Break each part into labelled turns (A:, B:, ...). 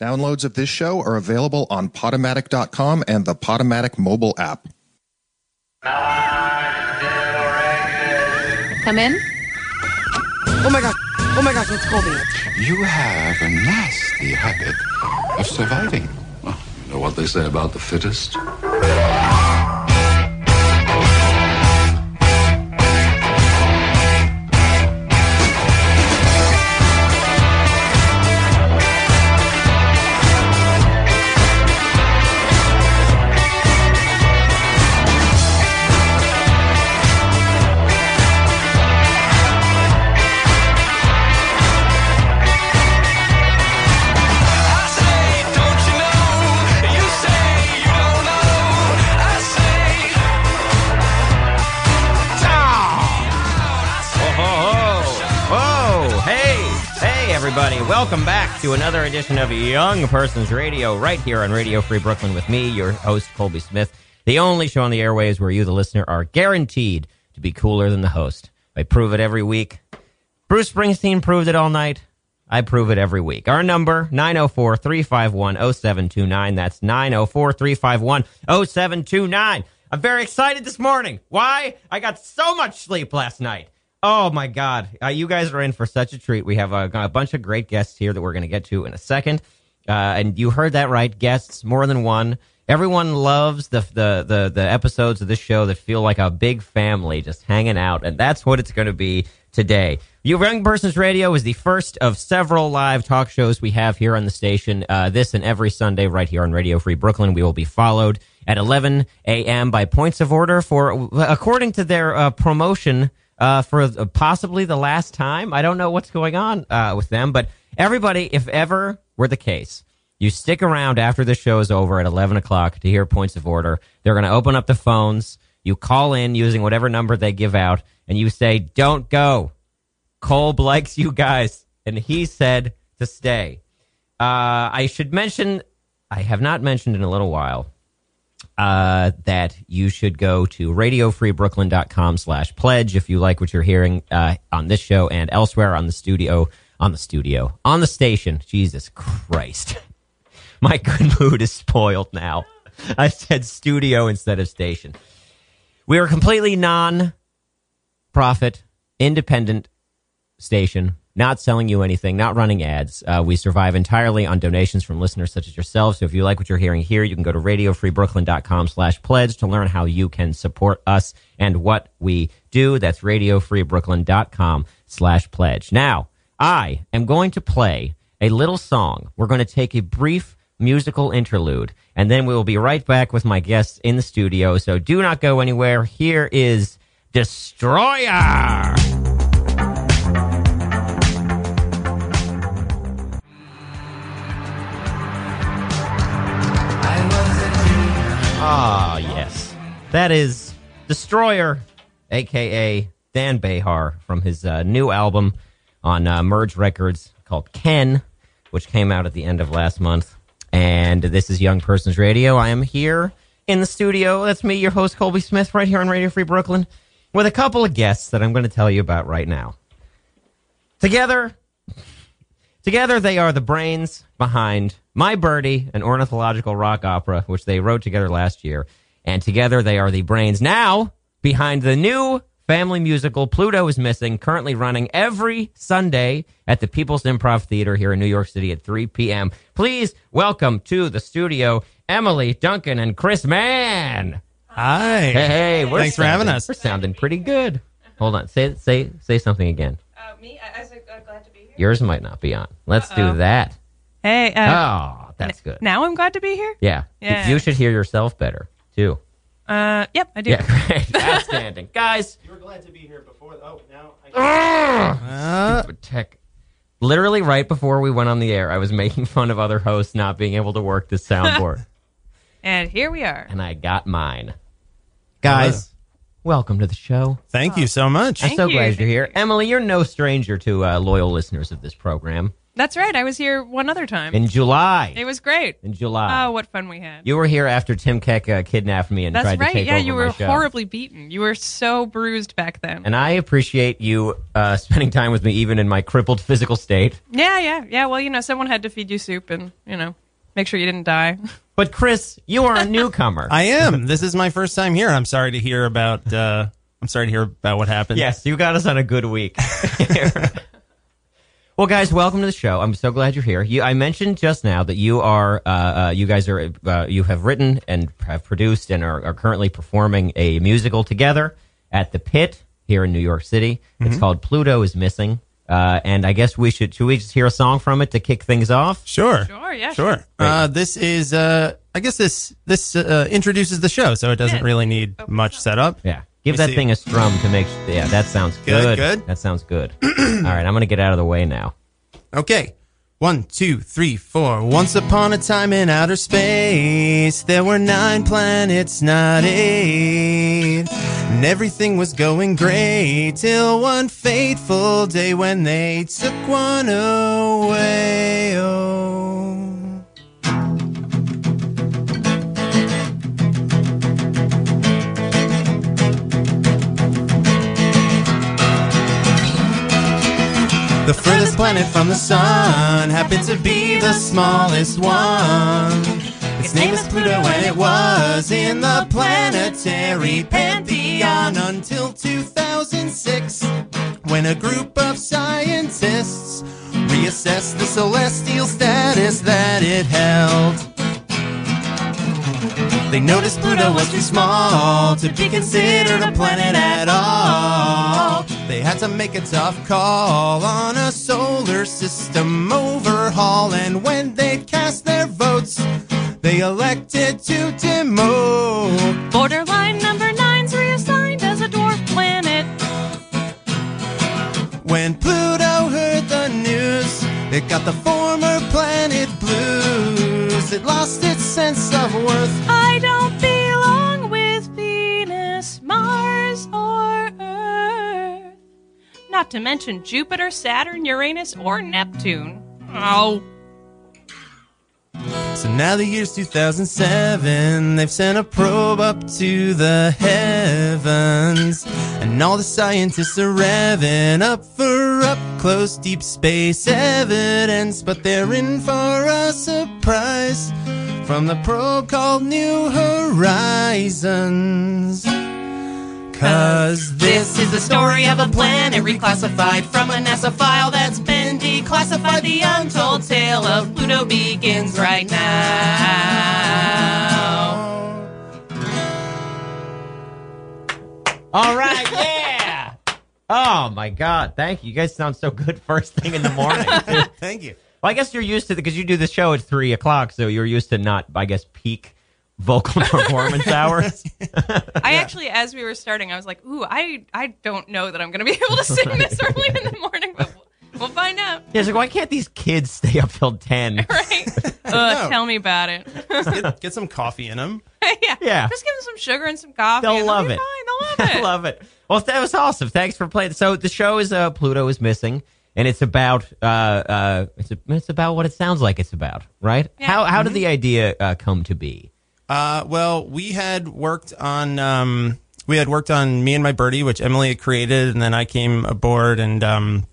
A: Downloads of this show are available on Potomatic.com and the Potomatic mobile app.
B: Come in.
C: Oh my god. Oh my gosh, it's Colby.
D: You have a nasty habit of surviving.
E: Well, you know what they say about the fittest?
F: Oh, hey, hey, everybody. Welcome back to another edition of Young Persons Radio right here on Radio Free Brooklyn with me, your host, Colby Smith, the only show on the airways where you, the listener, are guaranteed to be cooler than the host. I prove it every week. Bruce Springsteen proved it all night. I prove it every week. Our number, 904 351 0729. That's 904 351 0729. I'm very excited this morning. Why? I got so much sleep last night. Oh my God. Uh, you guys are in for such a treat. We have a, a bunch of great guests here that we're going to get to in a second. Uh, and you heard that right. Guests, more than one. Everyone loves the, the, the, the episodes of this show that feel like a big family just hanging out. And that's what it's going to be today. You Young Persons Radio is the first of several live talk shows we have here on the station. Uh, this and every Sunday, right here on Radio Free Brooklyn. We will be followed at 11 a.m. by points of order for, according to their uh, promotion, uh, for uh, possibly the last time. I don't know what's going on uh, with them, but everybody, if ever were the case, you stick around after the show is over at 11 o'clock to hear points of order. They're going to open up the phones. You call in using whatever number they give out, and you say, Don't go. Kolb likes you guys, and he said to stay. Uh, I should mention, I have not mentioned in a little while, uh, that you should go to radiofreebrooklyn.com slash pledge if you like what you're hearing uh, on this show and elsewhere on the studio on the studio on the station jesus christ my good mood is spoiled now i said studio instead of station we are a completely non-profit independent station, not selling you anything, not running ads. Uh, we survive entirely on donations from listeners such as yourselves. So if you like what you're hearing here, you can go to radiofreebrooklyn.com slash pledge to learn how you can support us and what we do. That's radiofreebrooklyn.com slash pledge. Now, I am going to play a little song. We're going to take a brief musical interlude, and then we will be right back with my guests in the studio. So do not go anywhere. Here is Destroyer. Ah, yes. That is Destroyer, a.k.a. Dan Behar, from his uh, new album on uh, Merge Records called Ken, which came out at the end of last month. And this is Young Persons Radio. I am here in the studio. That's me, your host, Colby Smith, right here on Radio Free Brooklyn, with a couple of guests that I'm going to tell you about right now. Together, Together, they are the brains behind My Birdie, an ornithological rock opera, which they wrote together last year. And together, they are the brains now behind the new family musical Pluto is Missing, currently running every Sunday at the People's Improv Theater here in New York City at 3 p.m. Please welcome to the studio Emily Duncan and Chris Mann.
G: Hi.
F: Hey, hey, we're
G: Thanks for having
F: sounding-
G: us.
F: We're sounding pretty good. Hold on, say say say something again.
H: Uh, me, I, I was uh, glad to be here.
F: Yours might not be on. Let's do that.
H: Hey, uh,
F: Oh, that's good.
H: now I'm glad to be here.
F: Yeah.
H: Yeah.
F: You should hear yourself better, too.
H: Uh, yep, I do.
F: Yeah, great. Outstanding. Guys,
G: You were glad to be here before. Oh, now. Uh.
F: tech. Literally right before we went on the air, I was making fun of other hosts not being able to work the soundboard,
H: And here we are.
F: and I got mine. Guys, welcome to the show.
G: thank you so much.
F: I'm so
H: you.
F: glad you're here. Emily, you're no stranger to uh, loyal listeners of this program.
H: That's right. I was here one other time.
F: in July.
H: it was great.
F: in July.
H: Oh, what fun we had.
F: you were here after Tim Keck uh, kidnapped me and
H: That's
F: tried to
H: right.
F: take
H: Yeah,
F: over
H: you
F: my
H: were
F: show.
H: horribly beaten. You were so bruised back then.
F: And I appreciate you uh, spending time with me, even in my crippled physical state.
H: yeah, yeah, yeah. Well, you know, someone had to feed you soup and, you know, make sure you didn't die.
F: But Chris, you are a newcomer.
G: I am. This is my first time here. I'm sorry to hear about. Uh, I'm sorry to hear about what happened.
F: yes, you got us on a good week. well, guys, welcome to the show. I'm so glad you're here. You, I mentioned just now that you are, uh, uh, you guys are, uh, you have written and have produced and are, are currently performing a musical together at the Pit here in New York City.
G: Mm-hmm.
F: It's called Pluto is Missing. Uh, and I guess we should should we just hear a song from it to kick things off?
G: Sure.
H: Sure, yeah,
G: Sure. Uh, this is. Uh, I guess this this uh, introduces the show, so it doesn't
H: Yeah.
G: really need much setup.
F: Yeah. Give
G: Let me
F: that
G: see.
F: thing a strum to make. Yeah, that sounds good.
G: Good, good.
F: That sounds good. All right, I'm gonna get out of the way now.
G: Okay. One, two, three, four. Once upon a time in outer space, there were nine planets, not eight. And everything was going great till one fateful day when they took one away. Oh. The furthest planet from the sun happened to be the smallest one. Its name is Pluto, and it was in the planetary pantheon until 2006, when a group of scientists reassessed the celestial status that it held. They noticed Pluto was too small to be considered a planet at all. They had to make a tough call on a solar system overhaul, and when they cast their votes, they elected to demote.
H: Borderline number nine's reassigned as a dwarf planet.
G: When Pluto heard the news, it got the former planet blues. It lost its sense of worth.
H: I don't belong with Venus, Mars, or Earth. Not to mention Jupiter, Saturn, Uranus, or Neptune. Oh.
G: So now the year's 2007, they've sent a probe up to the heavens. And all the scientists are revving up for up close deep space evidence. But they're in for a surprise from the probe called New Horizons. Cause this is the story of a planet reclassified from a NASA file that's been declassified. The untold tale of Pluto begins right now.
F: All right, yeah. Oh my God! Thank you. You guys sound so good first thing in the morning. well,
G: Thank you.
F: I guess you're used to because you do the show at three o'clock, so you're used to not, I guess, peak vocal performance hours.
H: I actually, as we were starting, I was like, ooh, I, I don't know that I'm going to be able to sing this early in the morning, but we'll, we'll find out.
F: Yeah, it's like, why can't these kids stay up till ten?
H: Right? Ugh,
G: No.
H: Tell me about it.
G: Get, get some coffee in them.
H: yeah.
F: Yeah.
H: Just give them some sugar and some coffee.
F: They'll
H: and
F: love
H: be
F: it.
H: Fine.
F: I
H: They'll love it.
F: love it. Well, that was awesome. Thanks for playing. So the show is uh, Pluto is missing, and it's about uh, uh, it's it's about what it sounds like it's about, right?
H: Yeah. Mm-hmm.
F: How how did the idea uh, come to be?
G: Uh, well, we had worked on um, we had worked on me and my birdie, which Emily had created, and then I came aboard, and um,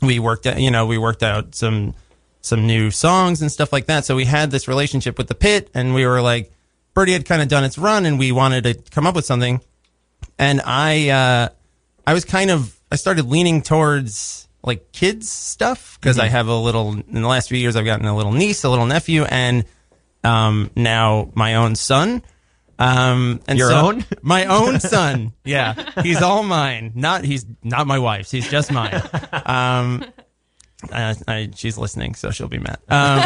G: we worked out, you know we worked out some some new songs and stuff like that. So we had this relationship with the pit, and we were like, birdie had kind of done its run, and we wanted to come up with something, and I uh, I was kind of I started leaning towards like kids stuff because
F: Mm-hmm.
G: I have a little in the last few years I've gotten a little niece, a little nephew, and um, now my own son. Um, and
F: Your
G: so-
F: own?
G: my own son. Yeah, he's all mine. Not he's not my wife's. He's just mine. Um, I, I, she's listening, so she'll be mad. Um,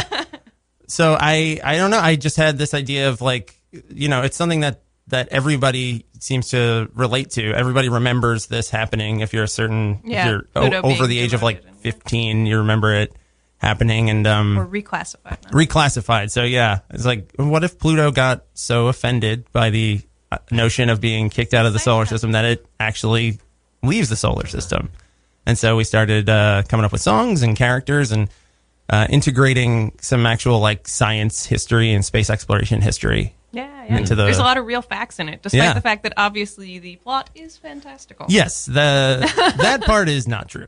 G: so I I don't know. I just had this idea of like you know it's something that that everybody seems to relate to. Everybody remembers this happening. If you're a certain
H: Yeah,
G: if you're
H: Pluto
G: o- over
H: being
G: the age of like
H: demoted and-
G: 15, you remember it happening and um
H: We're reclassified now.
G: reclassified. So yeah, it's like, what if Pluto got so offended by the uh, notion of being kicked out of the solar system that it actually leaves the solar system? And so we started uh, coming up with songs and characters, and uh, integrating some actual like science history and space exploration history.
H: Yeah, yeah.
G: Into the-
H: There's a lot of real facts in it, despite
G: Yeah.
H: the fact that obviously the plot is fantastical.
G: Yes, the that part is not true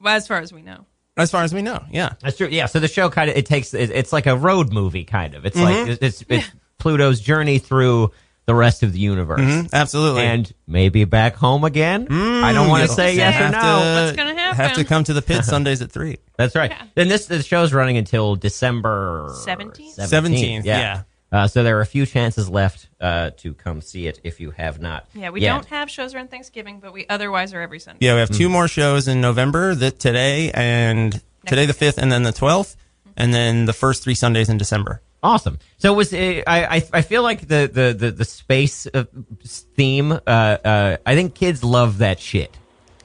H: Well, as far as we know.
G: as far as we know. Yeah,
F: That's true. Yeah. So the show kind of it takes it, it's like a road movie kind of. It's like
G: Mm-hmm.
F: it's, it's, it's Pluto's journey through the rest of the universe.
G: Mm-hmm. absolutely.
F: And maybe back home again. I don't want to say
H: say.
F: yes or
H: Have
F: no.
H: What's gonna
G: Have to
H: happen?
G: come to the pit Sundays at three.
F: That's right. Then this the show's running until December
H: 17th?
G: 17th, yeah.
F: Uh, so there are a few chances left uh, to come see it if you have not.
H: Yeah, we
F: yet.
H: don't have shows around Thanksgiving, but we otherwise are every Sunday.
G: Yeah, we have two more shows in November that today and today the fifth, and then the twelfth,
H: Mm-hmm.
G: and then the first three Sundays in December.
F: Awesome. So it was uh, I, I I feel like the the the, the space uh, s- theme. Uh, uh, I think kids love that shit.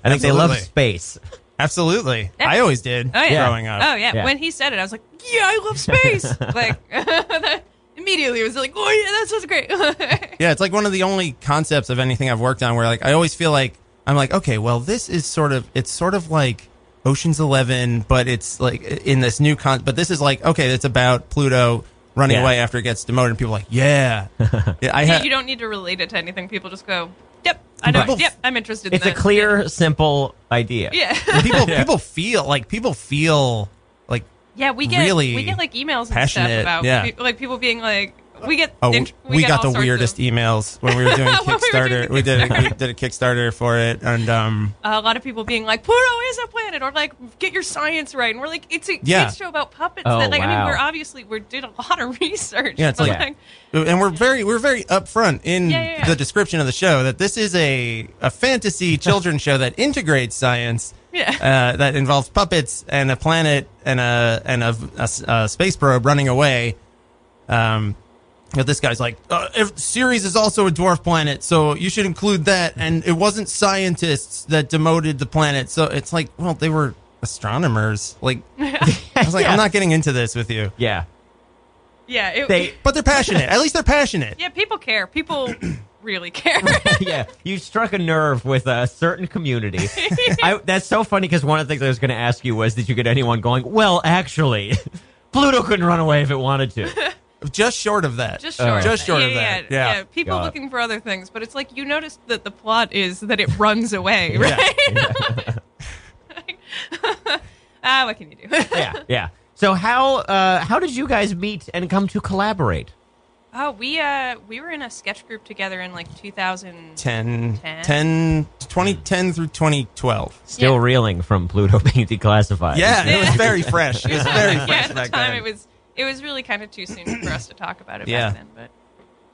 F: I think they love
G: Absolutely.
F: space.
G: Absolutely, I always did
H: Oh yeah.
G: growing up.
H: Oh yeah.
F: Yeah.
H: When he said it, I was like, "Yeah, I love space!" like immediately, it was like, "Oh yeah, that sounds great."
G: Yeah, it's like one of the only concepts of anything I've worked on where like I always feel like I'm like, okay, well, this is sort of it's sort of like Ocean's Eleven, but it's like in this new con. But this is like okay, it's about Pluto running
F: Yeah.
G: away after it gets demoted, and people are like, yeah, yeah, I ha-
H: you don't need to relate it to anything. People just go, "Yep, I know.
G: Right.
H: Yep, I'm interested."
F: It's
H: in
F: a
H: that."
F: clear, simple idea.
H: Yeah.
G: people people feel like people feel like
H: Yeah, we get
G: really
H: we get like emails and stuff
G: passionate,
H: about
G: yeah.
H: pe- like people being like, "We get
G: Oh,
H: int-
G: we,
H: get
G: got
H: all
G: the
H: sorts
G: weirdest
H: Of,
G: emails when we were doing
H: When we were
G: Kickstarter.
H: doing
G: We, did a, we did a Kickstarter for it, and um,
H: a lot of people being like, "Pluto is a planet," or like, "Get your science right," and we're like, "It's a
G: Yeah.
H: kids show about puppets."
F: Oh,
H: that, like, I
F: wow.
H: mean, we're obviously we did a lot of research.
G: Yeah, it's
H: but,
G: like- and we're very we're very upfront in
H: Yeah, yeah, yeah.
G: the description of the show that this is a a fantasy children's show that integrates science.
H: Yeah.
G: Uh, that involves puppets and a planet and a and a, a s- a space probe running away. Um, but this guy's like, uh, if, Ceres is also a dwarf planet, so you should include that. And it wasn't scientists that demoted the planet, so it's like, well, they were astronomers. Like, I was like, I'm not getting into this with you.
F: Yeah.
H: yeah, it,
F: They.
G: But they're passionate. At least they're passionate.
H: yeah, people care. People really care.
F: yeah, you struck a nerve with a certain community. I, that's so funny because one of the things I was going to ask you was, did you get anyone going? Well, actually, Pluto couldn't run away if it wanted to.
G: Just short of that.
H: just short,
G: Uh, Just short
H: yeah,
G: of that.
H: Yeah,
G: Yeah.
H: yeah. people
F: God.
H: looking for other things, but it's like you notice that the plot is that it runs away, right? Ah, what can you do?
F: yeah, yeah. So how uh, how did you guys meet and come to collaborate?
H: Oh, we uh we were in a sketch group together in like 2010.
G: 10,
H: Ten.
G: 10, 2010 through 2012.
F: Still
H: Yeah.
F: reeling from Pluto being declassified.
G: Yeah, it was very fresh. It was very fresh
H: Yeah, at the
G: back
H: time
G: then.
H: it was it was really kind of too soon for us to talk about it
G: Yeah.
H: back then, but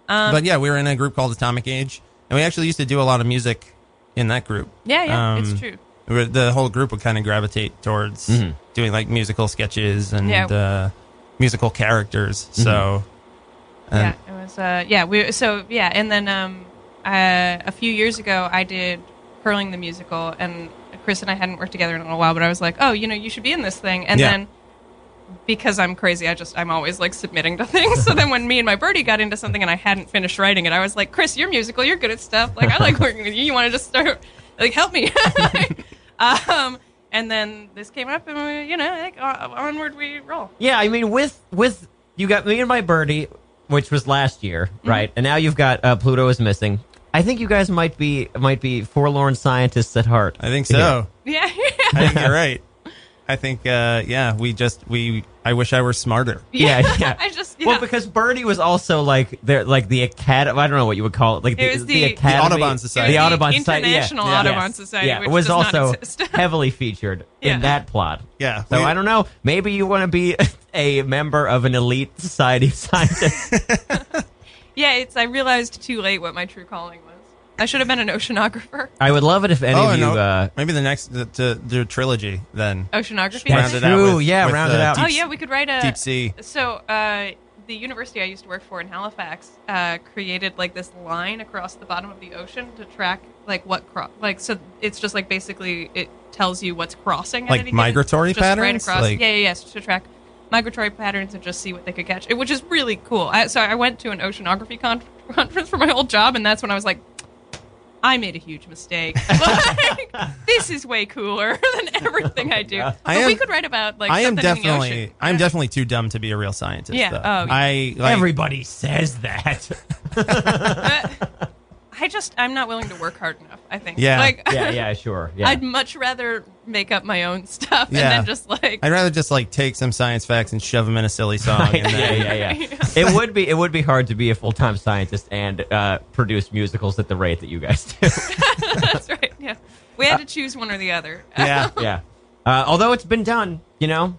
G: but yeah, we were in a group called Atomic Age, and we actually used to do a lot of music in that group.
H: yeah, yeah, it's
G: Um,
H: true.
G: we were- the whole group would kind of gravitate towards
H: Mm-hmm.
G: doing like musical sketches and
H: Yeah.
G: uh, musical characters.
H: Mm-hmm.
G: So
H: yeah, it was uh yeah, we so yeah, and then um uh, a few years ago I did Curling the musical and Chris and I hadn't worked together in a little while, but I was like, "Oh, you know, you should be in this thing." And
G: Yeah.
H: then because I'm crazy, I just I'm always like submitting to things. so then when me and my birdie got into something and I hadn't finished writing it, I was like, "Chris, you're musical. You're good at stuff. Like I like working with you. You want to just start like help me?" um, and then this came up, and we, you know, like on- onward we roll.
F: Yeah, I mean, with with you got me and my birdie, which was last year,
H: Mm-hmm.
F: right? And now you've got uh, Pluto is missing. I think you guys might be might be forlorn scientists at heart.
G: I think so.
H: Yeah,
G: I think you're right. I think uh, yeah, we just we. I wish I were smarter.
F: Yeah, yeah. yeah.
H: I just yeah.
F: Well, because Birdie was also like there, like the academy. I don't know what you would call it, like the,
H: It was
F: the,
H: the- The
F: academy,
G: Audubon Society.
F: the Audubon Society, yeah.
H: International
G: Yeah.
H: Audubon
F: Yes.
H: Society,
F: Yeah,
H: which
F: it was
H: does not
F: also
H: exist.
F: heavily featured
H: Yeah.
F: in that plot.
G: Yeah,
F: So
G: we-
F: I don't know. Maybe you want to be a member of an elite society of scientists.
H: yeah, it's. I realized too late what my true calling was. I should have been an oceanographer.
F: I would love it if any of
G: and
F: you.
G: no-
F: Uh,
G: Oh, maybe the next the, the, the trilogy then.
H: Oceanography.
F: That's
G: round it
H: right?
G: out
F: true,
G: with-
F: yeah,
G: with,
F: round
G: uh,
F: it out.
H: Oh
G: Deep
H: yeah, we could write a
G: Deep Sea.
H: So uh, the university I used to work for in Halifax uh, created like this line across the bottom of the ocean to track like what cro- like so it's just like basically it tells you what's crossing at
G: Like
H: any given-
G: migratory
H: just right
G: patterns?
H: across.
G: Like-
H: yeah, yeah, yes, to track migratory patterns and just see what they could catch, it- which is really cool. I, so I went to an oceanography con- conference for my whole job, and that's when I was like. I made a huge mistake. Like, this is way cooler than everything I do. But
G: I am-
H: we could write about like
G: I am
H: something in the
G: definitely,
H: ocean.
G: I am definitely too dumb to be a real scientist.
H: Yeah,
G: though.
H: oh, yeah.
G: I like,
B: Everybody says that.
H: I just I'm not willing to work hard enough. I think.
G: Yeah.
H: Like
F: yeah, yeah, sure. Yeah.
H: I'd much rather make up my own stuff
G: Yeah.
H: and then just like
G: I'd rather just like take some science facts and shove them in a silly song. and
F: yeah,
G: then,
F: yeah, yeah. It would be it would be hard to be a full time scientist and uh, produce musicals at the rate that you guys do.
H: that's right. Yeah. We had to choose one or the other.
G: yeah.
F: yeah. Uh, although it's been done, you know.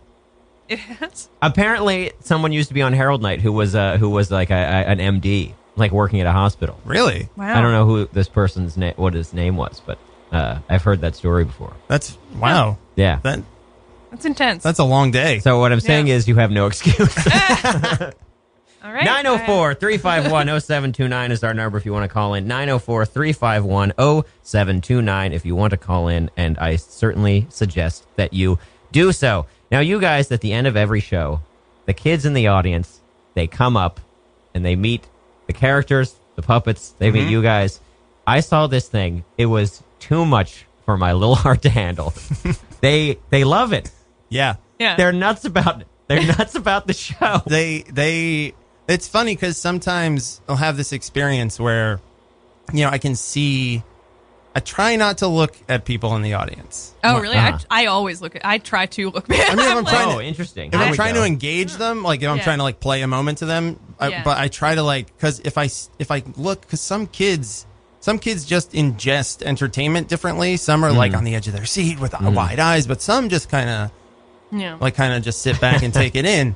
H: It has.
F: Apparently, someone used to be on Herald Night who was uh, who was like a, a, an MD, like working at a hospital.
G: Really?
H: Wow.
F: I don't know who this person's name, what his name was, but uh, I've heard that story before.
G: That's wow.
F: Yeah.
G: That
H: That's intense.
G: that's a long day.
F: So what I'm saying is, you have no excuse.
H: All right.
F: 904 351 0729 is our number if you want to call in. 904 351 0729 if you want to call in. And I certainly suggest that you do so. Now, you guys, at the end of every show, the kids in the audience, they come up and they meet the characters, the puppets, they
H: Mm-hmm.
F: meet you guys. I saw this thing. It was too much for my little heart to handle. they they love it.
G: yeah.
H: Yeah.
F: They're nuts about it. They're nuts about the show.
G: They they it's funny cuz sometimes I'll have this experience where you know, I can see I try not to look at people in the audience.
H: oh, really?
F: Uh-huh.
H: I, I always look at. I try to look back.
G: I mean, if I'm
H: like-
G: trying
F: Oh,
G: to-
F: interesting.
G: If
F: There
G: I'm
F: we
G: trying
F: go.
G: to engage them, like if I'm
H: Yeah.
G: trying to like play a moment to them, I,
H: Yeah.
G: but I try to like cuz if I s- if I look cuz some kids some kids just ingest entertainment differently. Some are like on the edge of their seat with wide eyes, but some just kind of
H: yeah.
G: like kind of just sit back and take it in.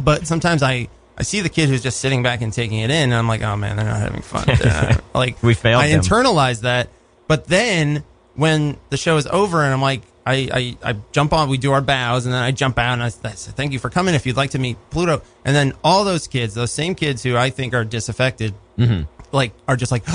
G: But sometimes I I see the kid who's just sitting back and taking it in, and I'm like, oh man, they're not having fun. They're not- like
F: We failed
G: I
F: them.
G: internalize that, but then when the show is over, and I'm like. I, I, I jump on, we do our bows, and then I jump out and I, s- I say, Thank you for coming. If you'd like to meet Pluto. And then all those kids, those same kids who I think are disaffected,
F: Mm-hmm.
G: like, are just like,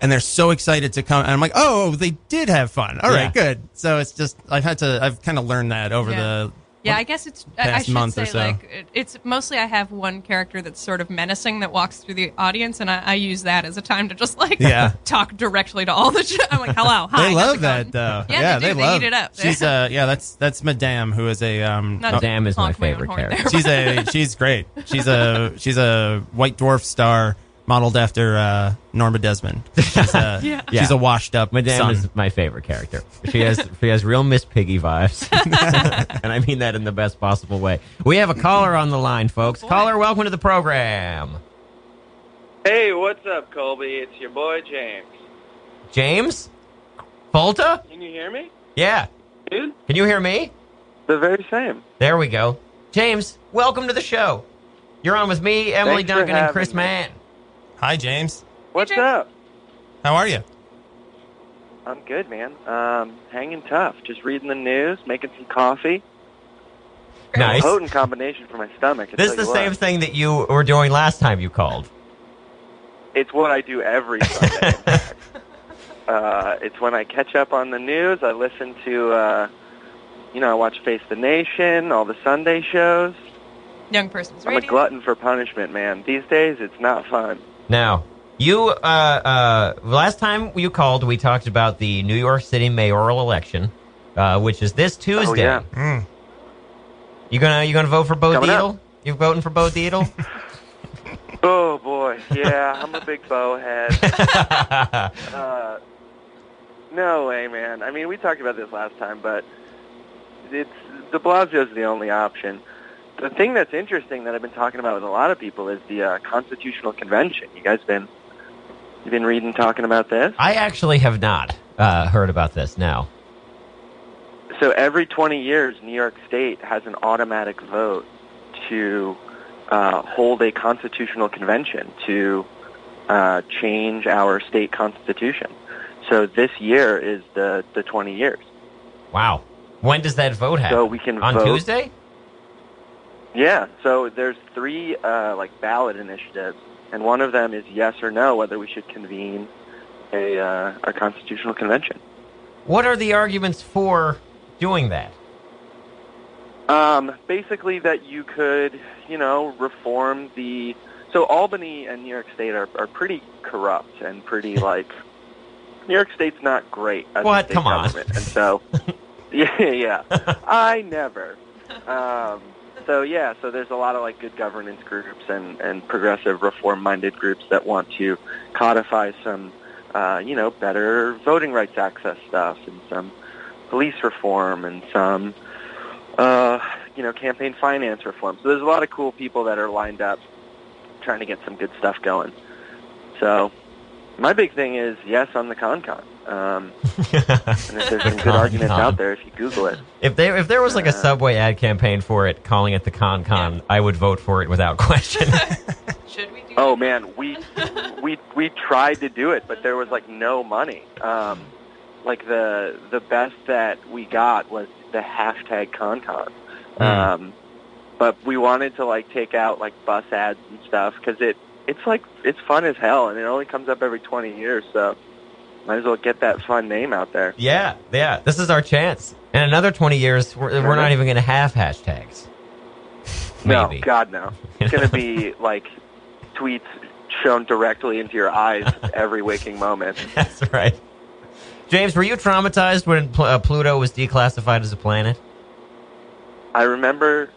G: and they're so excited to come. And I'm like, Oh, they did have fun. All right,
F: Yeah.
G: good. So it's just, I've had to, I've kind of learned that over
H: Yeah.
G: the
H: Yeah, I guess it's. I- I
G: past
H: should
G: month
H: say,
G: or so.
H: like, it- it's mostly I have one character that's sort of menacing that walks through the audience, and I, I use that as a time to just like
G: Yeah.
H: talk directly to all the. ch- I'm like, hello, hi.
G: They
H: how's
G: love
H: it
G: that
H: going?"
G: though.
H: Yeah, they, do. They, eat it up.
G: She's uh yeah, that's that's Madame who is a um
H: Not
G: uh,
H: to
F: Madame is my
H: honk own
F: favorite
H: horn
F: character.
H: there.
G: she's a she's great. She's a she's a white dwarf star modeled after uh Norma Desmond. She's a,
H: Yeah.
G: she's a washed up
F: Madame
G: son.
F: is my favorite character. She has she has real Miss Piggy vibes, and I mean that in the best possible way. We have a caller on the line, folks.
H: Boy.
F: Caller, welcome to the program.
I: Hey, what's up, Colby? It's your boy James.
F: James, Volta,
I: Can you hear me,
F: yeah.
I: dude?
F: Can you hear me?
I: The very same.
F: There we go. James, welcome to the show. You're on with me, Emily
I: Thanks for
F: Duncan, and
I: having
F: Chris
I: me.
F: Mann.
G: Hi James.
I: What's
H: James.
I: up?
G: How are you?
I: I'm good, man. Um, hanging tough. Just reading the news, making some coffee.
F: Nice.
I: Potent combination for my stomach. I
F: This is
I: tell
F: the
I: you
F: same
I: what.
F: thing that you were doing last time you called.
I: It's what I do every Sunday. in fact. uh, it's when I catch up on the news. I listen to, uh, you know, I watch Face the Nation, all the Sunday shows.
H: young person's
I: I'm a
H: radio.
I: glutton for punishment, man. These days, it's not fun.
F: Now, you uh, uh, last time you called, we talked about the New York City mayoral election, uh, which is this Tuesday.
I: Oh, yeah.
F: You gonna you gonna vote for Bo
I: Coming up.
F: Deedle? You voting for Bo Deedle?
I: Oh boy, yeah, I'm a big bow head. uh, no way, man. I mean, we talked about this last time, but it's De Blasio's the only option. The thing that's interesting that I've been talking about with a lot of people is the uh, Constitutional Convention. You guys been you been reading talking about this?
F: I actually have not uh, heard about this. Now,
I: So every 20 years, New York State has an automatic vote to uh, hold a constitutional convention to uh, change our state constitution. So this year is the, the 20 years.
F: wow. When does that vote happen?
I: So we can
F: on
I: vote.
F: Tuesday.
I: Yeah, so there's three uh, like ballot initiatives, and one of them is yes or no whether we should convene a, uh, a constitutional convention.
F: What are the arguments for doing that?
I: Um, basically, that you could, you know, reform the. So Albany and New York State are, are pretty corrupt and pretty like New York State's not great. As
F: What?
I: A state
F: Come on.
I: government. And so, yeah, yeah. I never. Um, so yeah, so there's a lot of like good governance groups and and progressive reform-minded groups that want to codify some, uh, you know, better voting rights access stuff and some police reform and some, uh, you know, campaign finance reform. So there's a lot of cool people that are lined up trying to get some good stuff going. So my big thing is yes on the con con. Um, and if there's some good arguments
F: Con-con.
I: out there, if you Google it,
F: If there if there was like a
I: Uh.
F: subway ad campaign for it, calling it the Con Con, I would vote for it without question.
H: Should we do
I: Oh man, we we we tried to do it, but there was like no money. Um, like the the best that we got was the hashtag ConCon. Um, but we wanted to like take out like bus ads and stuff because it it's like it's fun as hell, and it only comes up every twenty years, so might as well get that fun name out there.
F: yeah, yeah. This is our chance. In another twenty years, we're, we're not even going to have hashtags.
I: No,
F: Maybe.
I: Oh, God no. It's gonna be like tweets shown directly into your eyes every waking moment.
F: That's right. James, were you traumatized when Pl- uh, Pluto was declassified as a planet?
I: I remember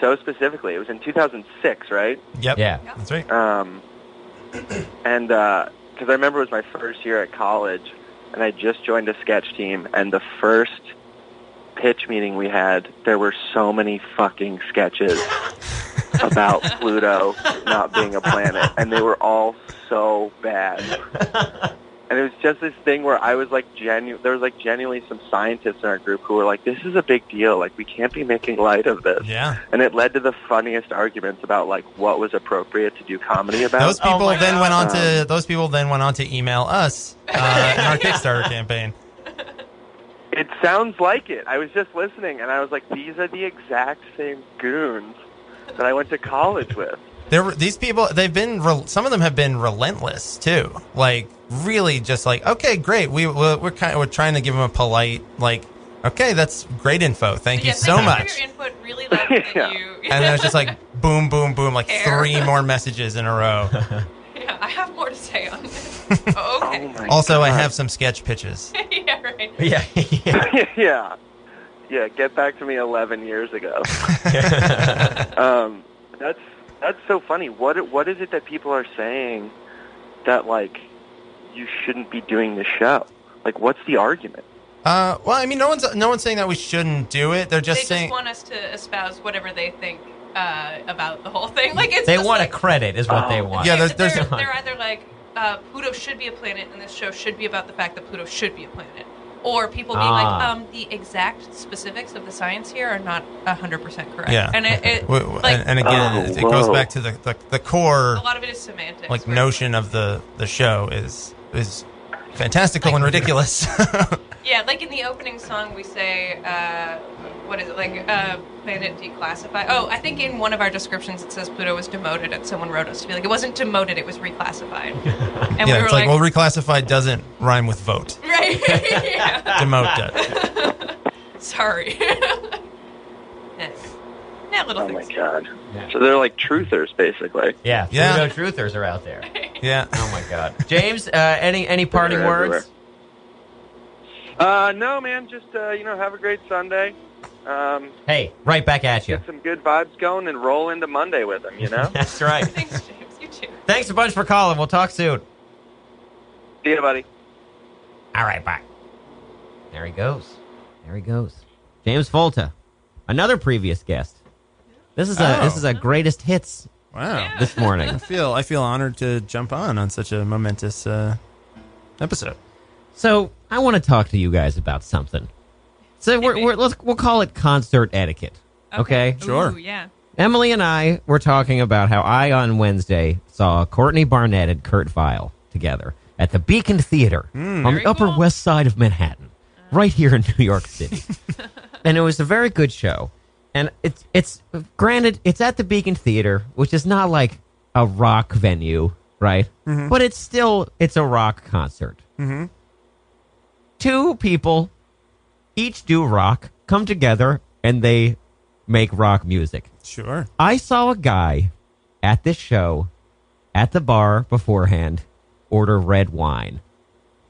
I: so specifically. It was in 2006, right?
G: Yep.
F: Yeah.
G: That's right.
I: Um, and because I remember it was my first year at college, and I just joined a sketch team, and the first pitch meeting we had, there were so many fucking sketches about Pluto not being a planet, and they were all so bad. And it was just this thing where I was like genu there was like genuinely some scientists in our group who were like, this is a big deal. Like, we can't be making light of this
G: Yeah.
I: and it led to the funniest arguments about like what was appropriate to do comedy about.
G: Those people
F: my
G: then
F: God.
G: went on to those people then went on to email us uh, in our Kickstarter campaign.
I: it sounds like it. I was just listening, and I was like, these are the exact same goons that I went to college with.
G: There were these people. They've been re- some of them have been relentless too. Like really, just like okay, great. We we're, we're kind of we're trying to give them a polite like okay, that's great info. Thank you
H: Yeah,
G: so
H: thank you
G: much.
H: For your input really love that
I: Yeah.
H: you.
G: And then it was just like boom, boom, boom, like
H: Care.
G: three more messages in a row.
H: yeah, I have more to say on this. okay.
I: Oh my
G: Also, I
I: God.
G: have some sketch pitches.
H: yeah, right.
F: Yeah. yeah.
I: yeah, yeah. Get back to me eleven years ago. um, that's that's so funny. What what is it that people are saying that like you shouldn't be doing the show? Like, what's the argument?
G: Uh, well, I mean, no one's no one's saying that we shouldn't do it. They're
H: They
G: just
H: just
G: saying
H: want us to espouse whatever they think uh, about the whole thing. Like it's
F: They
H: just
F: want
H: like,
F: a credit, is what they
I: Oh.
F: want.
G: Yeah,
H: they're,
G: there's- there's-
H: they're, either like uh, Pluto should be a planet, and this show should be about the fact that Pluto should be a planet, or people being like,
F: Ah.
H: um, the exact specifics of the science here are not hundred percent correct.
G: Yeah.
H: and it, it
G: W- w-
H: like
G: and, and again,
I: Oh,
G: it, it goes
I: whoa.
G: back to the, the, the core
H: a lot of it is semantics.
G: like
H: where-
G: notion of the, the show is is fantastical and ridiculous.
H: Yeah, like in the opening song, we say, uh, what is it, like, uh, planet declassified? Oh, I think in one of our descriptions it says Pluto was demoted, and someone wrote us to be like, it wasn't demoted, it was reclassified. And
G: yeah,
H: we were
G: it's like, well, reclassified doesn't rhyme with vote.
H: right, yeah,
G: Demote does.
H: sorry. Anyway. yeah, little
I: Oh my
H: things.
I: god!
F: Yeah.
I: So they're like truthers, basically.
F: Yeah.
G: Yeah.
F: Pluto truthers are out there.
G: Yeah.
F: Oh my God, James. Uh, any any parting
I: They're everywhere.
F: words?
I: Uh, no, man. Just uh, you know, have a great Sunday. Um,
F: Hey, right back at you.
I: Get some good vibes going and roll into Monday with them. You know.
F: That's right.
H: Thanks, James. You too.
F: Thanks a bunch for calling. We'll talk soon.
I: See you, buddy.
F: All right, bye. There he goes. There he goes. James Volta, another previous guest. This is a
G: Oh.
F: this is a greatest hits
G: Wow.
F: this morning.
G: I feel I feel honored to jump on on such a momentous uh, episode.
F: so I want to talk to you guys about something. So we're, we're let's we'll call it concert etiquette. Okay.
G: Sure.
H: Ooh, yeah.
F: Emily and I were talking about how I on Wednesday saw Courtney Barnett and Kurt Vile together at the Beacon Theater on the
H: Hmm. Very
F: Upper
H: cool.
F: West Side of Manhattan, right here in New York City. and it was a very good show. And it's it's granted it's at the Beacon Theater, which is not like a rock venue, right?
H: Mm-hmm.
F: But it's still it's a rock concert. Two people each do rock come together and they make rock music.
G: Sure.
F: I saw a guy at this show at the bar beforehand order red wine.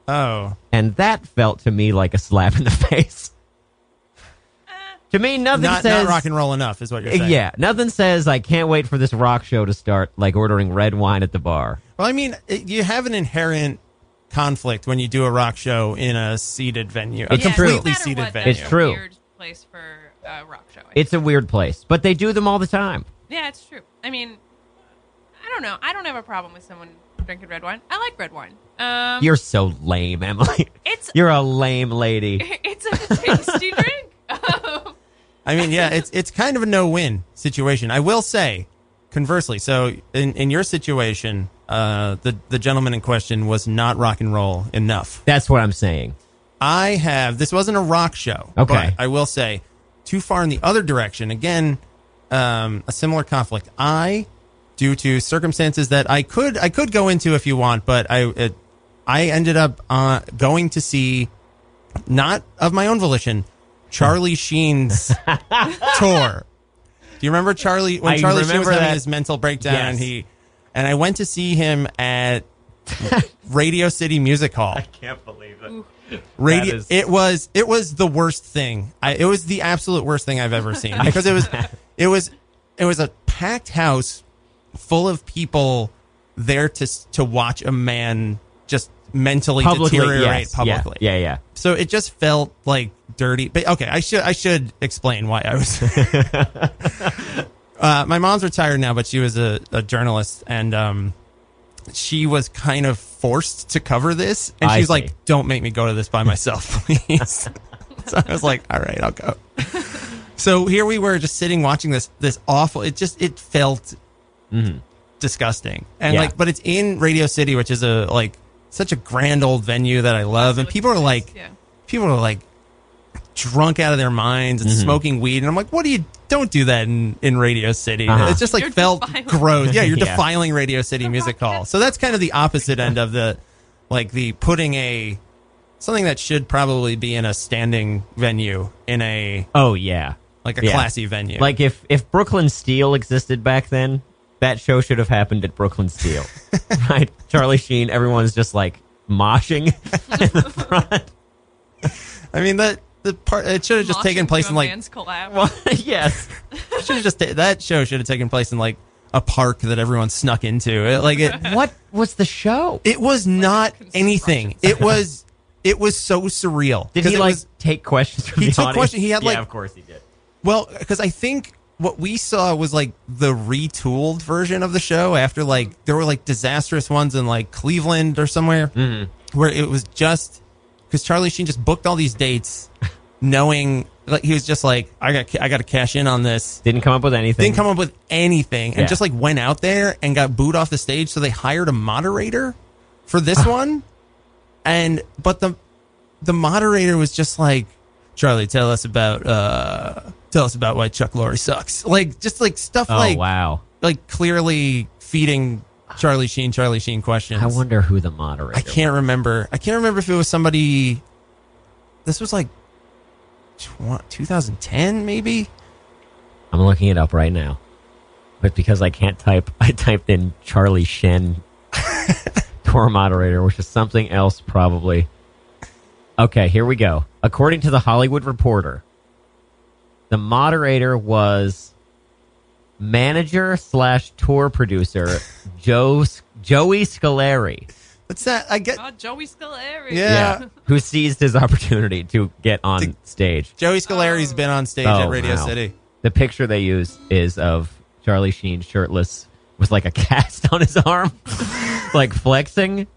G: Oh.
F: and that felt to me like a slap in the face. to me, nothing
G: Not,
F: says Uh,
G: not rock and roll enough is what you're saying.
F: Yeah, nothing says I can't wait for this rock show to start, like ordering red wine at the bar.
G: Well, I mean, it, you have an inherent conflict when you do a rock show in a seated venue, a
F: It's
H: Yeah, no
G: completely
H: matter
G: seated
H: what,
G: venue.
F: It's true.
H: A weird place for uh, rock showing.
F: It's a weird place, but they do them all the time.
H: yeah, it's true. I mean, I don't know. I don't have a problem with someone drinking red wine. I like red wine. Um,
F: You're so lame, Emily.
H: it's
F: You're a lame lady.
H: it's a tasty drink. Um,
G: I mean, yeah, it's it's kind of a no win situation. I will say, conversely, so in, in your situation, uh, the the gentleman in question was not rock and roll enough.
F: That's what I'm saying.
G: I have this wasn't a rock show.
F: Okay.
G: but I will say, too far in the other direction again. Um, a similar conflict. I, due to circumstances that I could I could go into if you want, but I it, I ended up uh, going to see, not of my own volition, Charlie Sheen's tour. Do you remember Charlie when
F: I
G: Charlie Sheen was
F: remember
G: having
F: that.
G: his mental breakdown
F: Yes.
G: and he and I went to see him at Radio City Music Hall.
F: Can't believe it.
G: Radio.
F: That is-
G: It was it was the worst thing. I, it was the absolute worst thing I've ever seen because it was it was it was a packed house full of people there to s- to watch a man just mentally
F: Publicly,
G: deteriorate
F: yes, yeah,
G: publicly.
F: Yeah, yeah.
G: So it just felt like dirty. But okay, I should I should explain why I was. uh, my mom's retired now, but she was a, a journalist, and um, she was kind of forced to cover this. And
F: I
G: she's
F: see.
G: like, "Don't make me go to this by myself, please." so I was like, "All right, I'll go." So here we were, just sitting watching this this awful. It just it felt disgusting.
F: Mm-hmm.
G: And
F: Yeah.
G: like, but it's in Radio City, which is a like such a grand old venue that I love. And people are like,
H: yeah.
G: people are like drunk out of their minds
F: Mm-hmm.
G: and smoking weed. And I'm like, what do you? Don't do that in in Radio City.
F: Uh-huh.
G: It's just like
H: You're
G: felt
H: defiling-
G: gross. Yeah, you're
F: Yeah.
G: defiling Radio City Music Hall. So that's kind of the opposite end of the like the putting a something that should probably be in a standing venue in a
F: Oh yeah.
G: like a
F: Yeah.
G: classy venue.
F: Like if if Brooklyn Steel existed back then, that show should have happened at Brooklyn Steel, right? Charlie Sheen. Everyone's just like moshing.
G: I mean that the part it should have just taken
H: Moshing
G: place
H: to
G: in
H: a
G: like
H: man's collab.
F: yes.
G: should have just that show should have taken place in like a park that everyone snuck into. It, like it,
F: What was the show?
G: it was not
H: construction
G: anything. It was, it was so surreal.
F: Did
G: 'Cause
F: he
G: it
F: like
G: was-
F: take questions from
G: He
F: the
G: took
F: audience?
G: question- he had, like-
F: yeah, of course he did.
G: well, because I think what we saw was like the retooled version of the show after like there were like disastrous ones in like Cleveland or somewhere
F: Mm-hmm.
G: where it was just because Charlie Sheen just booked all these dates, knowing like he was just like I got I got to cash in on this.
F: Didn't come up with anything.
G: didn't come up with anything and
F: Yeah.
G: just like went out there and got booed off the stage so they hired a moderator for
F: Ah.
G: this one and but the the moderator was just like charlie tell us about uh tell us about why chuck Lorre sucks like just like stuff
F: oh
G: like
F: wow.
G: like clearly feeding charlie sheen charlie sheen questions
F: I wonder who the moderator.
G: I can't remember i can't remember if it was somebody this was like tw- 2010 maybe
F: was. I'm looking it up right now, but because I can't type, I typed in Charlie Shen tour moderator, which is something else probably. Okay, here we go. According to the Hollywood Reporter, the moderator was manager slash tour producer Joe Joey Scolari.
G: what's that i get
H: Oh, Joey Scolari.
G: Yeah.
F: Who seized his opportunity to get on
G: To-
F: stage.
G: Joey Scalari's
H: Oh.
G: been on stage
F: Oh,
G: at Radio
F: wow.
G: City.
F: The picture they use is of Charlie Sheen shirtless with like a cast on his arm, like flexing.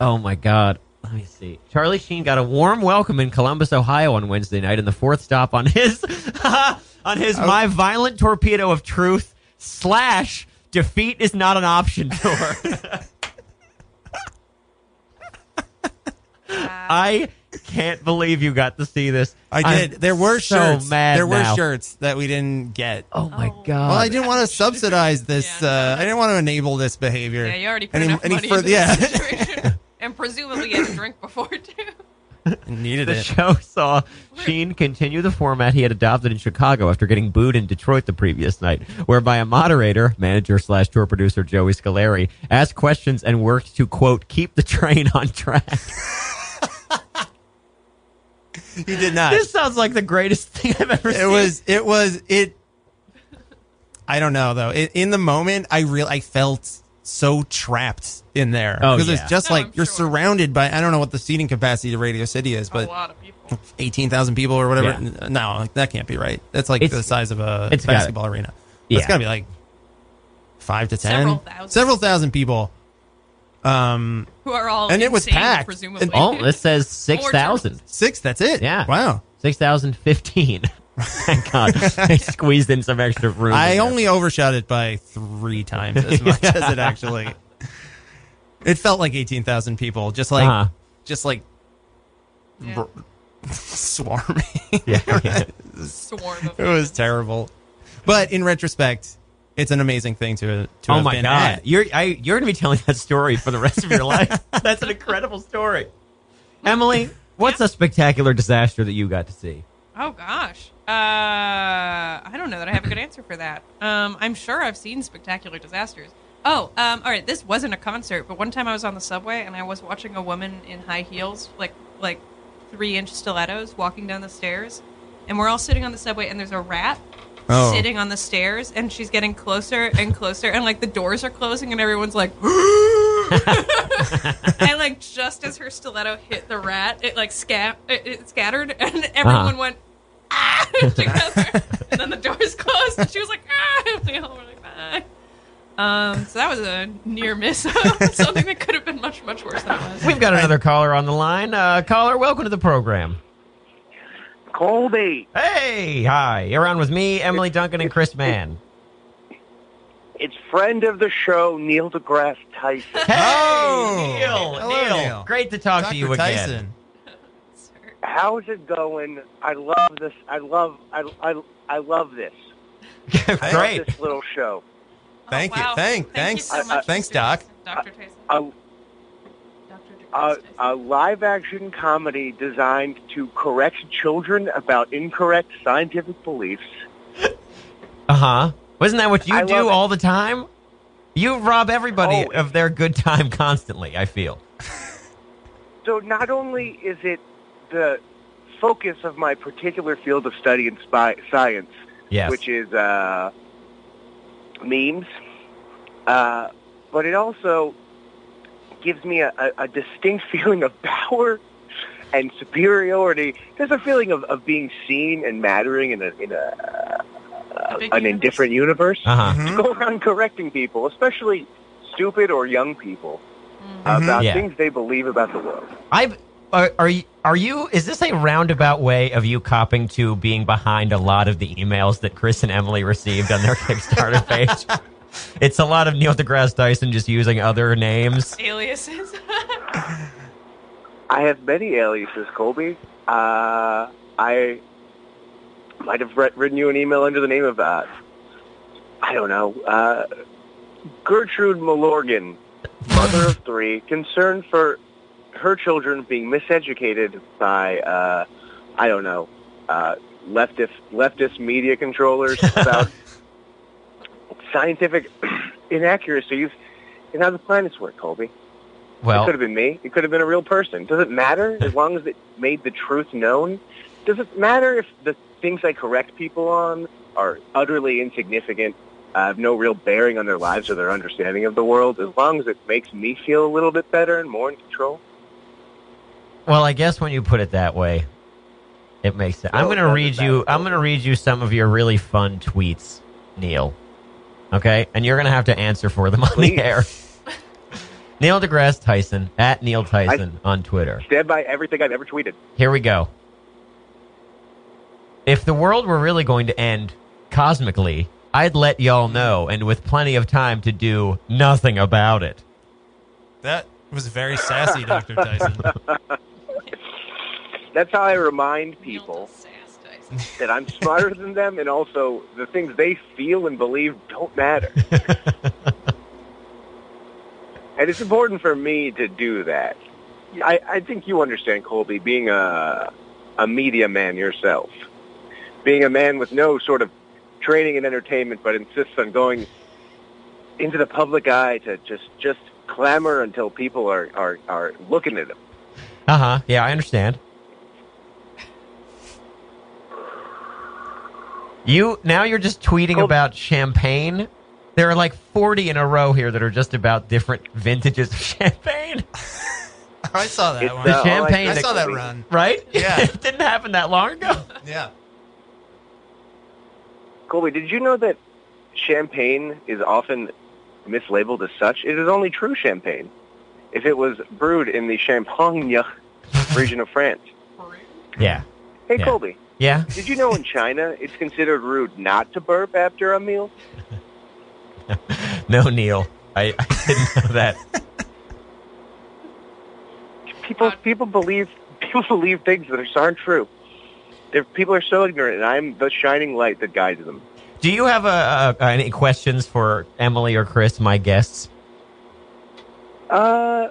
F: Oh my God. Let me see. Charlie Sheen got a warm welcome in Columbus, Ohio on Wednesday night in the fourth stop on his on his
G: Oh.
F: My Violent Torpedo of Truth slash Defeat is Not an Option tour. I can't believe you got to see this.
G: I did.
F: I'm
G: there were
F: so
G: shirts.
F: Mad
G: there
F: now.
G: were shirts that we didn't get.
F: Oh my
H: Oh.
F: god!
G: Well, I didn't want to subsidize this.
H: Yeah, no,
G: uh, I didn't want to enable this behavior.
H: Yeah, you already put
G: Any-
H: enough
G: any
H: money
G: fur-
H: into
G: yeah.
H: this situation. and presumably you had a drink before, too.
G: Needed
F: The
G: it.
F: show saw Sheen continue the format he had adopted in Chicago after getting booed in Detroit the previous night, whereby a moderator, manager slash tour producer Joey Scaleri, asked questions and worked to quote keep the train on track.
G: He did not.
F: this sounds like the greatest thing I've ever seen.
G: it was it was it i don't know though it, in the moment i real i felt so trapped in there
F: Oh,
G: because
F: yeah.
G: it's just
H: No,
G: like
H: I'm
G: you're
H: sure. Oh,
G: surrounded by i don't know what the seating capacity to radio city is
H: a
G: but
H: lot of people.
G: 18,000 people or whatever
F: Yeah.
G: N- no like, that can't be right that's like
F: It's-
G: the size of a
F: it's gotta-
G: basketball arena
F: Yeah.
G: it's got to be like 5 to 10
H: Several thousand.
G: Several thousand people um
H: Who are all
G: And it was
H: insane,
G: packed.
H: Presumably.
G: And-
F: Oh, this says six thousand.
G: 6 that's it
F: Yeah.
G: wow
F: Six thousand fifteen. Thank God. they squeezed in some extra room. in
G: I
F: there.
G: only overshot it by three times as much as it actually. It felt like eighteen thousand people, just like
F: Uh-huh.
G: just like
H: Yeah.
G: swarming.
F: Yeah, yeah.
H: Swarm of
G: It was terrible, but in retrospect, it's an amazing thing to to
F: Oh
G: have
F: my
G: been
F: God!
G: at.
F: You're I, you're gonna be telling that story for the rest of your life. That's an incredible story. Emily, what's a spectacular disaster that you got to see?
H: Oh gosh, uh, I don't know that I have a good answer for that. Um, I'm sure I've seen spectacular disasters. Oh, um, all right. This wasn't a concert, but one time I was on the subway and I was watching a woman in high heels, like like three inch stilettos, walking down the stairs, and we're all sitting on the subway and there's a rat.
G: Oh.
H: Sitting on the stairs, and she's getting closer and closer, and like the doors are closing, and everyone's like, and like just as her stiletto hit the rat, it like scat it, it scattered, and everyone
F: Uh-huh.
H: went ah together, and then the doors closed, and she was like ah, and we all were like ah. Um, so that was a near miss of something that could have been much much worse than it was.
F: We've got another caller on the line. Uh, caller, welcome to the program.
I: Colby,
F: Hey, hi. You're on with me, Emily Duncan, and Chris Mann.
I: it's friend of the show, Neil deGrasse Tyson.
F: Hey,
G: Oh.
F: Neil,
G: Hello,
F: Neil.
G: Neil.
F: Great to talk
G: Dr.
F: to you again.
G: Tyson.
H: Oh,
I: How's it going? I love this. I love. I. I. I love this. I love
F: Great.
I: this little show.
G: Thank you.
H: wow.
G: Thank-
H: you
G: thanks.
H: so much,
G: Uh, thanks,
H: Mr.
G: Doc.
H: Tyson. Dr. Tyson.
I: A,
H: Dr.
I: a,
H: Tyson.
I: Uh, a live-action comedy designed to correct children about incorrect scientific beliefs.
F: Uh huh. Wasn't that what you
I: I love
F: do
I: it.
F: all the time? You rob everybody
I: Always.
F: of their good time constantly. I feel.
I: So not only is it the focus of my particular field of study in spy, science,
F: Yes.
I: which is uh, memes. Uh, but it also gives me a, a, a distinct feeling of power and superiority. There's a feeling of, of being seen and mattering in, a, in a,
H: A big
I: an
H: universe.
I: indifferent universe.
F: Uh huh.
G: Mhm.
I: Go around correcting people, especially stupid or young people,
H: Mm.
I: about
F: Yeah.
I: things they believe about the world.
F: I are, are you are you is this a roundabout way of you copping to being behind a lot of the emails that Chris and Emily received on their Kickstarter page? It's a lot of Neil deGrasse Tyson just using other names.
H: aliases.
I: I have many aliases, Colby. Uh, I might have writ- written you an email under the name of, uh, I don't know, uh, Gertrude Malorgan, mother of three, concerned for her children being miseducated by, uh, I don't know, uh, leftist leftist media controllers about scientific inaccuracies in how the planets work, Colby. It could
F: Well,
I: have been me. It could have been a real person. Does it matter as long as it made the truth known? Does it matter if the things I correct people on are utterly insignificant, uh, have no real bearing on their lives or their understanding of the world, as long as it makes me feel a little bit better and more in control?
F: well, I guess when you put it that way, it makes sense. I'm
I: No,
F: going to
I: it doesn't
F: read you
I: matter.
F: I'm going to read you some of your really fun tweets, Neil. Okay? And you're going to have to answer for them on
I: Please.
F: the air. Neil deGrasse Tyson at Neil Tyson on Twitter.
I: Stand by everything I've ever tweeted.
F: Here we go. If the world were really going to end cosmically, I'd let y'all know and with plenty of time to do nothing about it.
G: That was very sassy, Dr. Tyson.
I: That's how I remind people that I'm smarter than them and also the things they feel and believe don't matter. and it's important for me to do that. I, I think you understand, Colby, being a, a media man yourself, being a man with no sort of training in entertainment, but insists on going into the public eye to just, just clamor until people are, are, are looking at him.
F: Uh huh. Yeah, I understand. You now you're just tweeting about champagne. There are like 40 in a row here that are just about different vintages of champagne,
G: I saw that
I: It's,
G: one.
I: uh,
F: The champagne
G: I
I: that
G: saw that
I: Colby.
G: run.
F: right?
G: Yeah.
F: it didn't happen that long ago.
G: Yeah.
I: Colby, did you know that champagne is often mislabeled as such? It is only true champagne if it was brewed in the Champagne region of France.
F: Yeah.
I: Hey,
F: Yeah.
I: Colby,
F: Yeah.
I: did you know in China it's considered rude not to burp after a meal?
F: No, Neil. I, I didn't know that.
I: People,
H: Uh,
I: people believe people believe things that just aren't true. They're, people are so ignorant, and I'm the shining light that guides them.
F: Do you have uh uh any questions for Emily or Chris, my guests?
I: Uh,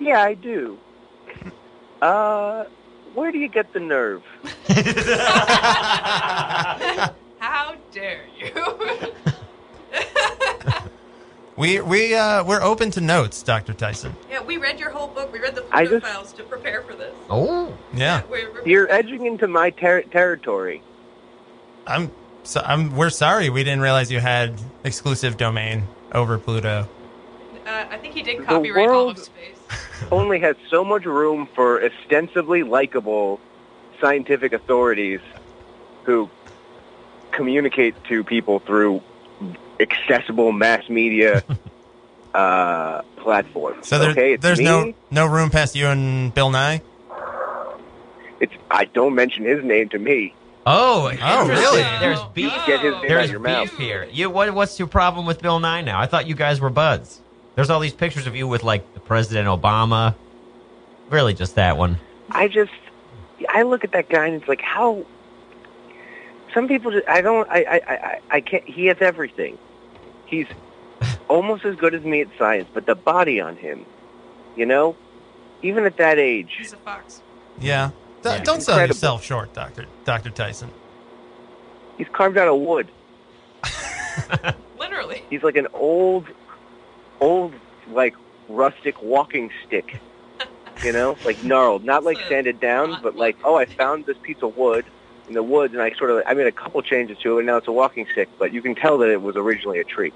I: yeah, I do. Uh, where do you get the nerve?
H: How dare you?
G: We we uh we're open to notes, Dr. Tyson.
H: yeah, we read your whole book. We read the
I: I
H: photo
I: just-
H: files to prepare for this.
F: Oh.
G: Yeah.
H: We're- we're-
I: You're edging into my ter- territory.
G: I'm so I'm we're sorry we didn't realize you had exclusive domain over Pluto.
H: uh, I think he did copyright all of
I: world-
H: space.
I: Only has so much room for ostensibly likable scientific authorities who communicate to people through accessible mass media uh, platforms.
G: So there,
I: okay, it's
G: there's
I: me.
G: no no room past you and Bill Nye.
I: It's I don't mention his name to me.
F: Oh.
G: Oh,
F: interesting.
G: really?
F: There's beef.
I: Get his name out
F: There's
I: your
F: beef
I: mouth.
F: here. You what? What's your problem with Bill Nye now? I thought you guys were buds. There's all these pictures of you with like President Obama. Really, just that one.
I: I just I look at that guy and it's like how some people just I don't I I I, I- I can't he has everything. He's almost as good as me at science, but the body on him, you know, even at that age,
H: He's a fox.
G: Yeah. D-
F: Yeah.
G: Don't sell
I: Incredible.
G: yourself short, Doctor Doctor Tyson.
I: he's carved out of wood.
H: Literally.
I: He's like an old old like rustic walking stick. You know, like gnarled, not like sanded down, but like, oh, I found this piece of wood in the woods, and I sort of, I made a couple changes to it, and now it's a walking stick. But you can tell that it was originally a tree.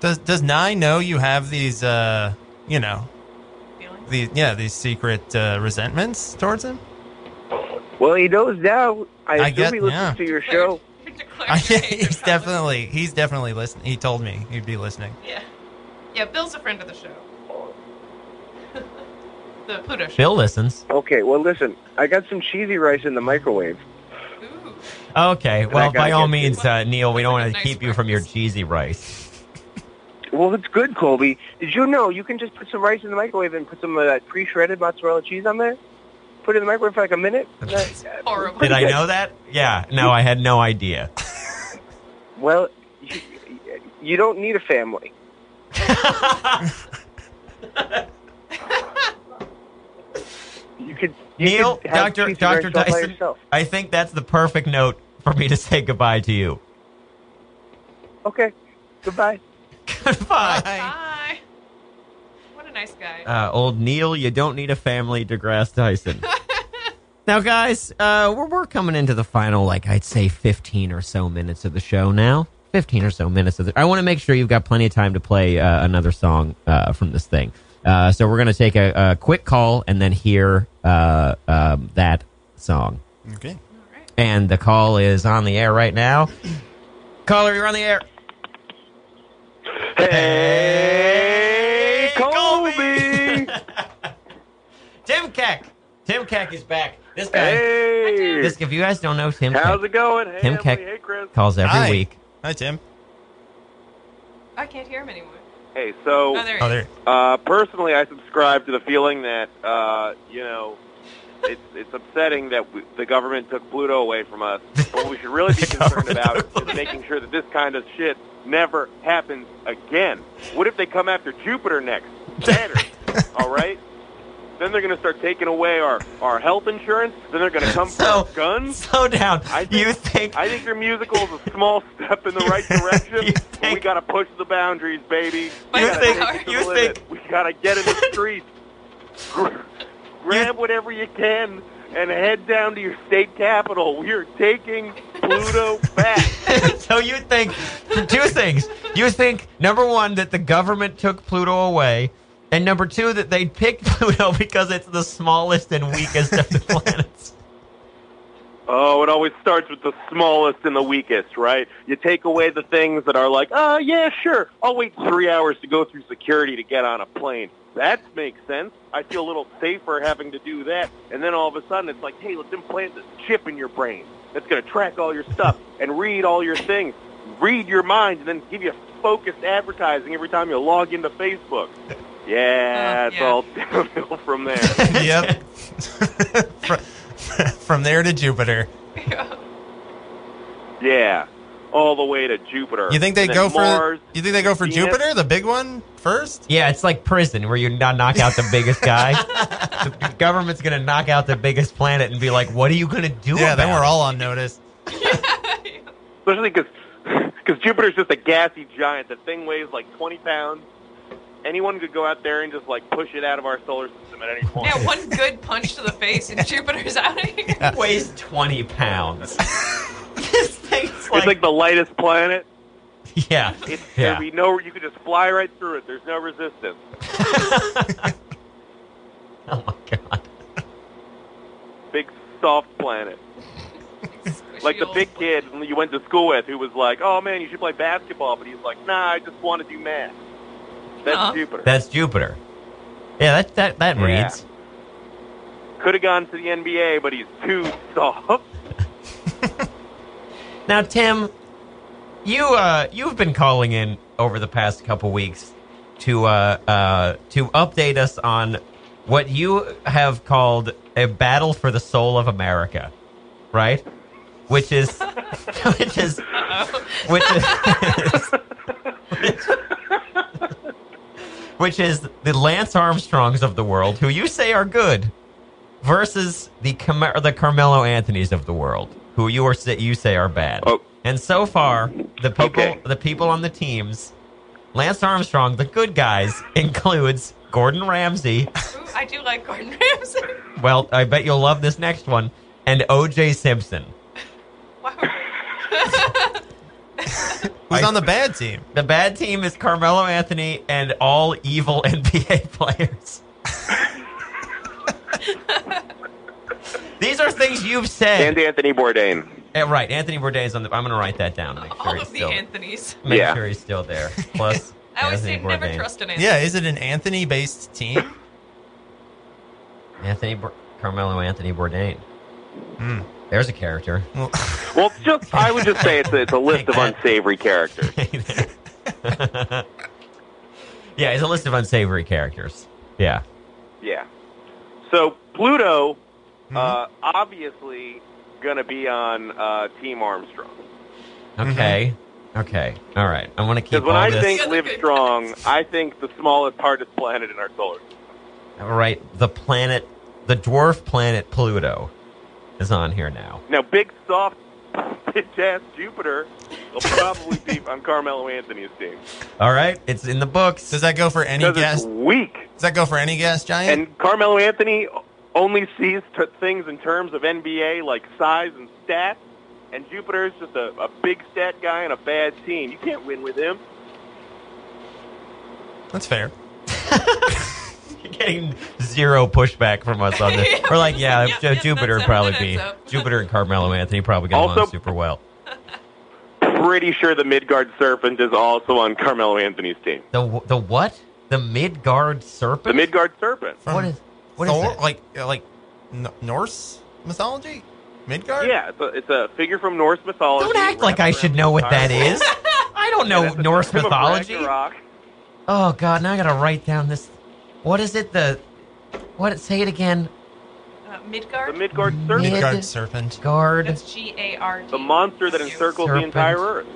G: Does does Nye know you have these uh you know
H: Feeling.
G: these yeah these secret uh, resentments towards him?
I: Well, he knows now. I,
G: I
I: assume
G: get-
I: he listens
G: yeah.
I: to your show.
H: You're declaring
G: I,
H: your hate
G: he's
H: for Congress.
G: definitely he's definitely listening. He told me he'd be listening.
H: Yeah. Yeah, Bill's a friend of the show. the Pluto show.
F: Bill listens.
I: Okay, well, listen. I got some cheesy rice in the microwave.
H: Ooh.
F: Okay. Well,
I: that guy
F: by all
I: gets
F: means,
H: it.
F: uh, Neil, we don't want
H: That's
F: to
H: like a nice
F: keep you from your
H: breakfast.
F: cheesy rice.
I: Well, it's good, Colby. Did you know you can just put some rice in the microwave and put some of that pre-shredded mozzarella cheese on there? Put it in the microwave for like a minute.
H: Horrible.
F: Did I
I: good.
F: know that? Yeah. No, I had no idea.
I: Well, you, you don't need a family. you could you
F: Neil,
I: could have
F: Doctor
I: cheesy rice
F: Doctor
I: all by
F: Dyson,
I: yourself.
F: I think that's the perfect note for me to say goodbye to you.
I: Okay, goodbye.
F: Goodbye.
H: Hi. What a nice guy.
F: uh, old Neil, you don't need a family, DeGrasse Tyson. now, guys, uh, we're, we're coming into the final, like, I'd say 15 or so minutes of the show now. 15 or so minutes of the I want to make sure you've got plenty of time to play uh, another song uh, from this thing. Uh, so we're going to take a, a quick call and then hear uh, um, that song.
G: Okay.
F: And the call is on the air right now. Caller, you're on the air.
I: Hey, Colby.
F: Tim Keck. Tim Keck is back. This guy.
I: Hey,
F: This, if you guys don't know Tim
I: how's
F: Keck
I: it going? Hey,
F: Tim
I: Emily.
F: Keck.
I: Hey, Chris.
F: calls every
G: Hi.
F: week.
G: Hi Tim.
H: I can't hear him anymore.
I: Hey,
H: Oh,
I: so
H: there he
G: Oh,
H: is.
G: there.
I: uh, personally, I subscribe to the feeling that uh, you know it's it's upsetting that we, the government took Pluto away from us. But what we should really be concerned about is making sure that this kind of shit never happens again. What if they come after Jupiter next? Saturn. all right. Then they're going to start taking away our, our health insurance. Then they're going to come
F: So-
I: for our guns.
F: Slow down.
I: I think-
F: you think
I: I think your musical is a small step in the right direction.
F: You
I: but we
F: think-
I: got to push the boundaries, baby. We
H: You
I: gotta
H: think-
I: take it to
F: you
I: the
F: think-
I: limit. we got to get in the streets, Gra- grab whatever you can, and head down to your state capitol. We are taking Pluto back.
F: so you think two things. You think number one that the government took Pluto away, and number two that they picked Pluto because it's the smallest and weakest of the planets.
I: Oh, it always starts with the smallest and the weakest, right? You take away the things that are like, oh, yeah, sure. I'll wait three hours to go through security to get on a plane. That makes sense. I feel a little safer having to do that. And then all of a sudden it's like, hey, let's implant this chip in your brain that's going to track all your stuff and read all your things, read your mind, and then give you focused advertising every time you log into Facebook. Yeah,
H: Uh,
I: it's
H: yeah.
I: all downhill from there.
G: yep. from, from there to Jupiter.
I: Yeah, all the way to Jupiter.
G: You think they
I: And then
G: go for
I: Mars?
G: You think they go for
I: Venus.
G: Jupiter, the big one, first?
F: Yeah, it's like prison where you kno- knock out the biggest guy. the government's gonna knock out the biggest planet and be like, "What are you gonna do?"
G: Yeah, then
F: about
G: we're
F: it?"
G: all on notice.
I: Especially because Jupiter's just a gassy giant. The thing weighs like 20 pounds. Anyone could go out there and just like push it out of our solar system at any point.
H: Yeah, one good punch to the face and Jupiter's out of here.
F: weighs twenty pounds. this thing's
I: it's like
F: like,
I: the lightest planet.
F: yeah,
I: It's,
F: yeah.
I: There'd be no. You could just fly right through it. There's no resistance.
F: oh my god.
I: Big soft planet. Like the big kid you went to school with, who was like, "Oh man, you should play basketball," but he's like, "Nah, I just want to do math." That's
H: Aw.
I: Jupiter.
F: That's Jupiter. Yeah, that that that
I: Yeah.
F: reads.
I: Could have gone to the NBA, but he's too soft.
F: Now, Tim, you uh, you've been calling in over the past couple weeks to uh, uh, to update us on what you have called a battle for the soul of America, right? Which is which is which is which is the Lance Armstrongs of the world, who you say are good, versus the Cam- the Carmelo Anthony's of the world, who you are sa- you say are bad.
I: Oh.
F: And so far, the people
I: Okay.
F: the people on the teams, Lance Armstrong, the good guys, includes Gordon Ramsay.
H: Ooh, I do like Gordon Ramsay.
F: Well, I bet you'll love this next one, and O.J. Simpson.
H: Wow.
G: Who's
F: I-
G: on the bad team?
F: The bad team is Carmelo Anthony and all evil NBA players. These are things you've said.
I: And Anthony Bourdain.
F: Eh, right, Anthony Bourdain's on the. I'm going to write that down. to Make sure
H: All
F: he's
H: of the
F: still.
H: Anthony's.
F: make
I: Yeah.
F: sure he's still there. Plus,
H: I always
F: Anthony
H: say never
F: Bourdain.
H: trust an Anthony.
G: Yeah, is it an Anthony based team?
F: Anthony Bur- Carmelo Anthony Bourdain. There's a character.
G: Well,
I: Well, it's just I would just say it's a, it's a list of
F: Take that.
I: unsavory characters.
F: yeah, he's a list of unsavory characters. Yeah.
I: Yeah. So Pluto, uh, obviously, gonna be on uh, Team Armstrong.
F: Okay. Okay. All right. I want to keep
I: Because when
F: all
I: I
F: this
I: think
H: Yeah,
I: Live
H: look at
I: Strong, I think the smallest, hardest planet in our solar system.
F: all right. The planet, the dwarf planet Pluto, is on here now.
I: Now, big, soft, bitch-ass Jupiter will probably be on Carmelo Anthony's team
F: All right. It's in the books.
G: does that go for any
I: because
G: gas?
I: it's
G: Does
I: weak.
G: that go for any gas giant?
I: And Carmelo Anthony only sees t- things in terms of NBA, like size and stats. And Jupiter's just a, a big stat guy and a bad team. You can't win with him.
G: That's fair.
F: You're getting zero pushback from us on this. We're like, yeah,
H: Yep,
F: Ju-
H: yep,
F: Jupiter would
H: that's
F: probably
H: how it
F: be
H: ends up.
F: Jupiter and Carmelo Anthony probably get along
I: Also-
F: super well.
I: Pretty sure the Midgard Serpent is also on Carmelo Anthony's team.
F: The wh- the what? The Midgard
I: The
F: serpent.
I: Midgard Serpent.
G: From
F: What is- what is
G: Thor,
F: that?
G: like like N- Norse mythology? Midgard?
I: Yeah, it's a, it's a figure from Norse mythology.
F: Don't act like I
I: wrapped
F: should
I: around
F: know
I: the
F: what that
I: entire world.
F: is. I don't know
I: And at the
F: Norse
I: time of
F: mythology.
I: Ragnarok,
F: Oh God! Now I gotta write down this. What is it? The what? Say it again.
H: Uh,
I: The
H: Midgard.
I: Midgard Serpent.
F: Mid-
G: Midgard serpent.
F: Guard.
H: That's G A R D.
I: the monster that encircles
F: Serpent.
I: the entire Earth.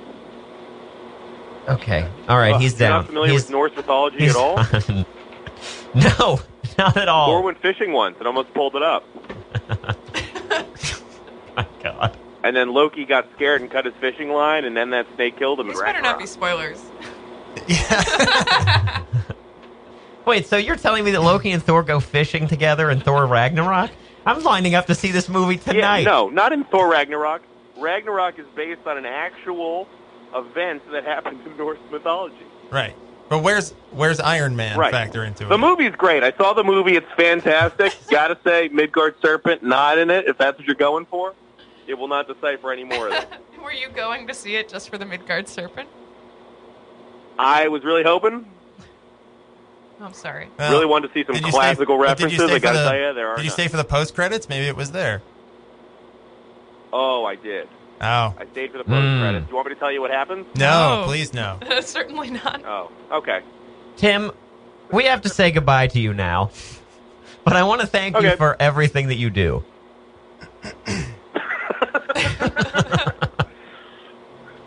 F: Okay. All right.
I: Ugh,
F: he's
I: you're
F: down.
I: not familiar
F: he's,
I: with Norse mythology
F: he's
I: at all?
F: fine. no, Not at
G: Oh.
I: Or
F: all.
I: went fishing once and almost pulled it up.
F: My God.
I: And then Loki got scared and cut his fishing line, and then that snake killed him.
J: These
I: and
J: better not be spoilers.
F: Wait, so you're telling me that Loki and Thor go fishing together in Thor Ragnarok? I'm lining up to see this movie
I: yeah,
F: tonight.
I: no, not in Thor Ragnarok. Ragnarok is based on an actual event that happened in Norse mythology.
G: Right. But where's where's Iron Man
I: Right.
G: factor into
I: The
G: it?
I: movie's great. I saw the movie. It's fantastic. Gotta say, Midgard Serpent, not in it. If that's what you're going for, it will not decipher any more of it.
J: Were you going to see it just for the Midgard serpent?
I: I was really hoping,
J: Oh, I'm sorry.
G: Well,
I: really wanted to see some
G: did you stay-
I: classical
G: but did you
I: references.
G: stay
I: I
G: for
I: gotta
G: the-
I: tell you, there are.
G: Did you
I: none.
G: stay for the post credits? Maybe it was there.
I: oh, I did.
G: Oh
I: I stayed for the post
F: Mm.
I: credits. You want me to tell you what happens?
G: no!
J: No.
G: Please no.
J: Certainly not.
I: Oh, okay.
F: Tim, we have to say goodbye to you now. But I want to thank you
I: Okay.
F: for everything that you do.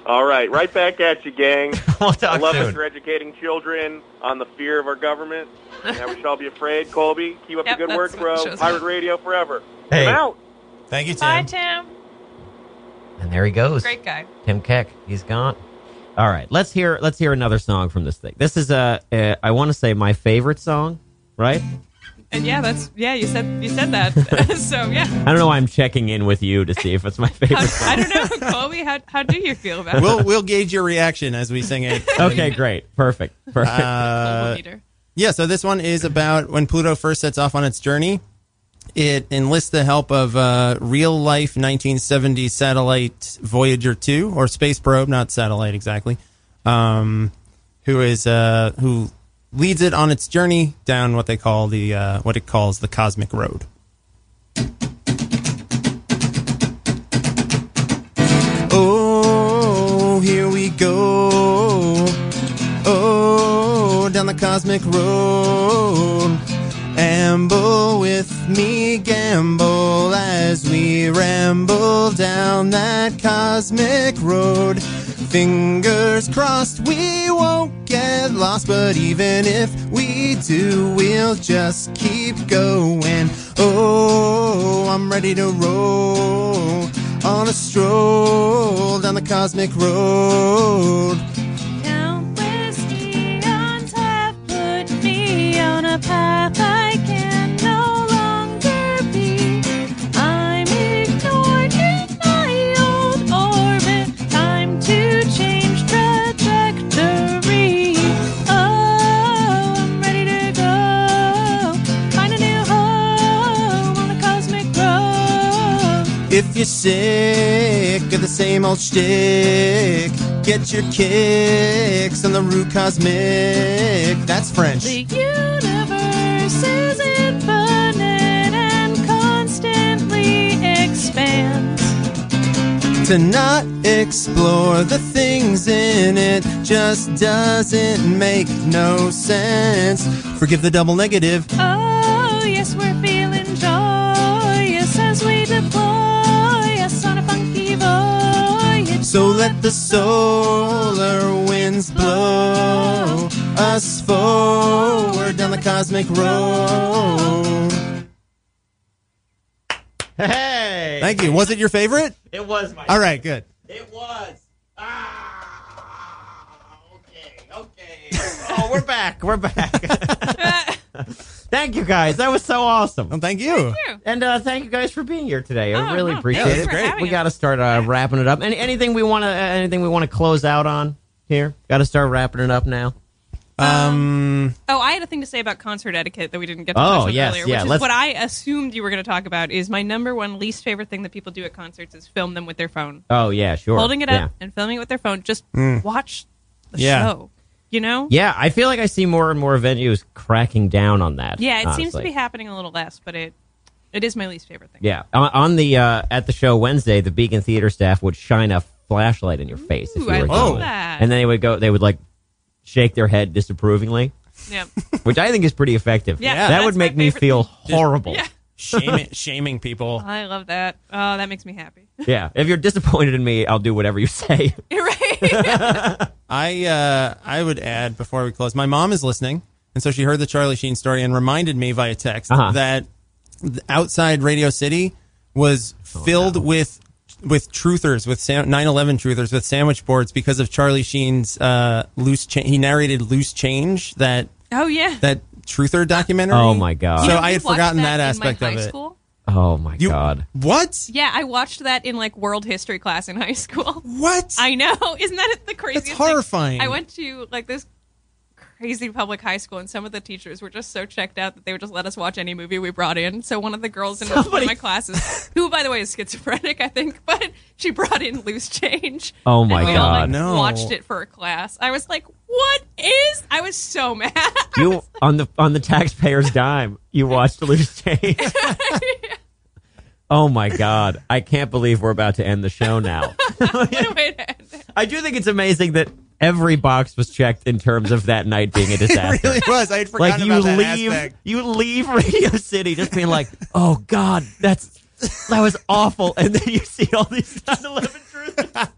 I: All right, right back at you, gang.
F: We'll
I: I
F: talk
I: love
F: soon.
I: that you're educating children on the fear of our government. Now we shall be afraid. Colby, keep up
J: Yep,
I: the good
J: that's
I: work,
J: what
I: bro.
J: shows.
I: Pirate radio forever.
F: Hey.
I: I'm out.
G: Thank you, Tim.
J: Bye, Tim.
F: And there he goes.
J: Great guy.
F: Tim Keck, he's gone. All right, let's hear let's hear another song from this thing. This is uh, uh, I want to say my favorite song, right?
J: And
G: Mm.
J: yeah, that's yeah. You said you said that. so yeah,
F: I don't know why I'm checking in with you to see if it's my
J: how,
F: favorite song.
J: I don't know, Colby. How how do you feel about it?
G: we'll we'll gauge your reaction as we sing it.
F: Okay, great, perfect, perfect.
J: Global
G: Uh,
J: leader.
G: yeah. So this one is about when Pluto first sets off on its journey. It enlists the help of uh, real life 1970 satellite Voyager 2 or space probe, not satellite exactly, um, who is uh, who leads it on its journey down what they call the uh, what it calls the cosmic road. Oh, here we go. Oh, down the cosmic road. Amble with me, gamble as we ramble down that cosmic road. Fingers crossed we won't get lost, but even if we do, we'll just keep going. Oh, I'm ready to roll on a stroll down the cosmic road.
H: Countless eons have put me on a path I can no longer be. I'm ignored in my old orbit. Time to change trajectory. Oh, I'm ready to go. Find a new home on the cosmic road.
G: If you're sick of the same old shtick, get your kicks on the root cosmic. That's French.
H: The universe is infinite and constantly expands.
G: To not explore the things in it just doesn't make no sense. Forgive the double negative.
H: Oh, yes, we're feeling joyous as we deploy us on a funky voyage.
G: So let the solar winds blow us forward down the cosmic road.
F: hey,
G: Thank you. Was it your favorite?
F: it was my.
G: All right, good.
F: It was. Ah, okay, okay. oh, we're back. We're back. Thank you guys. That was so awesome.
G: Well, thank you.
J: Phew.
F: And uh, thank you guys for being here today. I
J: Oh,
F: really
J: no,
F: appreciate
J: thanks
F: it.
J: for Yeah, having
F: We
J: us.
F: got to start uh, wrapping it up. Any, anything we want to uh, anything we want to close out on here? Got to start wrapping it up now.
G: Um,
J: Oh, I had a thing to say about concert etiquette that we didn't get to
F: Oh,
J: touch on
F: yes,
J: earlier,
F: yeah,
J: which
F: let's-
J: is what I assumed you were going to talk about. Is my number one least favorite thing that people do at concerts is film them with their phone,
F: Oh yeah, sure.
J: holding it up
F: yeah.
J: and filming it with their phone. Just watch the
G: Yeah.
J: show. You know.
F: Yeah, I feel like I see more and more venues cracking down on that.
J: Yeah, it seems to
F: honestly.
J: be happening a little less, but it it is my least favorite thing.
F: Yeah, on, on the uh, at the show Wednesday, the Beacon Theater staff would shine a flashlight in your face. if
J: Ooh,
F: you were
J: I
G: love
F: going.
J: that.
F: And then they would go. They would like shake their head disapprovingly,
J: Yeah.
F: which I think is pretty effective.
J: Yeah,
F: that
J: that's
F: would
J: my
F: make me
J: favorite
F: feel horrible.
J: Yeah.
G: shaming, shaming people.
J: I love that. Oh, that makes me happy.
F: Yeah, if you're disappointed in me, I'll do whatever you say.
J: You're right.
G: I uh, I would add before we close, my mom is listening, And so she heard the Charlie Sheen story and reminded me via text
F: Uh-huh.
G: that th- outside Radio City was filled with with truthers, with sam- 9/11 truthers, with sandwich boards because of Charlie Sheen's uh, loose. Cha- he narrated "Loose Change" that
H: Oh yeah.
G: that truther documentary.
F: Oh, my God.
G: So
F: Yeah,
G: I
H: we
G: had
H: watched
G: forgotten that,
H: in my
G: aspect
H: high
G: of it.
H: School.
F: Oh my god.
G: What?
H: Yeah, I watched that in like world history class in high school.
G: What?
H: I know. Isn't that the craziest? thing?
G: horrifying.
H: I went to like this crazy public high school, and some of the teachers were just so checked out that they would just let us watch any movie we brought in. So one of the girls in one of my classes, who by the way is schizophrenic, I think, but she brought in Loose Change.
F: Oh, my
H: and we all, like,
F: God. No.
H: Watched it for a class. I was like, "What is?" I was so mad.
F: You on the on the taxpayer's dime, you watched Loose Change. oh my god. I can't believe we're about to end the show now.
H: What a way to end it.
F: I do think it's amazing that every box was checked in terms of that night being a disaster.
G: It really was. I had
F: like
G: forgotten
F: you
G: about that
F: leave
G: aspect.
F: you leave Radio City just being like, "Oh god, that's that was awful." And then you see all these 9/11 truths.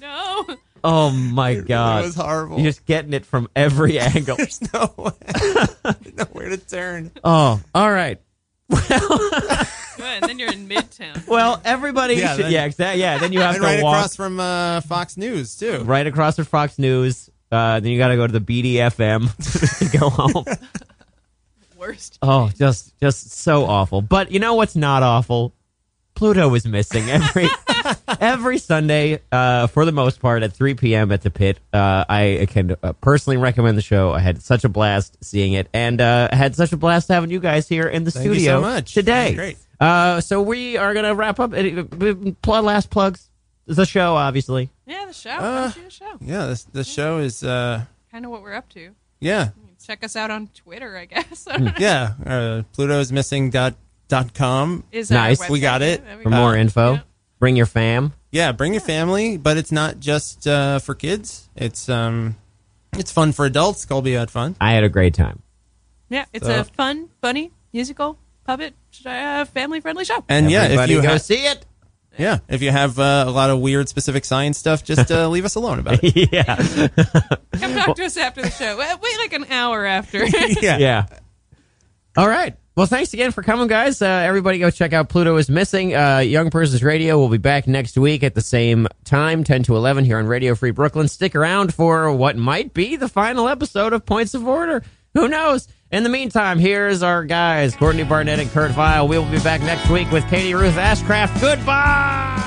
H: No.
F: Oh my god.
G: was horrible.
F: You're just getting it from every angle.
G: There's no nowhere to turn.
F: Oh, all right.
H: Good. And then you're in Midtown.
F: Well, everybody
G: Yeah,
F: should
G: then-
F: yeah, exactly. Yeah, then you have
G: And
F: to
G: right
F: walk
G: across from uh, Fox News too.
F: right across from Fox News. Uh, then you got to go to the BDFM to go home.
H: Worst.
F: Oh, just just so awful. But you know what's not awful? Pluto is missing every every Sunday uh, for the most part at 3 p.m. at the pit. Uh, I can uh, personally recommend the show. I had such a blast seeing it, and uh, had such a blast having you guys here in the
G: Thank you
F: studio
G: so much.
F: today.
G: Great.
F: Uh, so we are gonna wrap up. Uh, pl- Last plugs the show, obviously.
H: Yeah, the show.
G: Uh,
H: Come see the show.
G: Yeah, this the show is uh
H: Kind of what we're up to.
G: yeah.
H: Check us out on Twitter, I guess.
G: Yeah. Uh Pluto's missing dot dot com.
H: Is
F: Nice.
H: our
G: We
H: website.
G: got it.
H: There we
F: For
H: go.
F: more info,
H: yeah.
F: bring your fam.
G: Yeah, bring your family, but it's not just uh for kids. It's um it's fun for adults. Colby had fun.
F: I had a great time.
H: Yeah, it's
G: So-
H: a fun, funny, musical, puppet, uh, family-friendly show.
G: And yeah, if
F: Everybody
G: you
F: go
G: ha-
F: see it.
G: yeah, if you have uh, a lot of weird specific science stuff, just uh, leave us alone about it.
F: yeah.
H: Come talk to us after the show. Wait wait, like an hour after.
F: yeah. All right. Well, thanks again for coming, guys. Uh, everybody go check out Pluto is Missing. Uh, Young Persons Radio will be back next week at the same time, 10 to 11 here on Radio Free Brooklyn. Stick around for what might be the final episode of Points of Order. Who knows? In the meantime, here's our guys, Courtney Barnett and Kurt Vile. We will be back next week with Katie Ruth Ashcraft. Goodbye!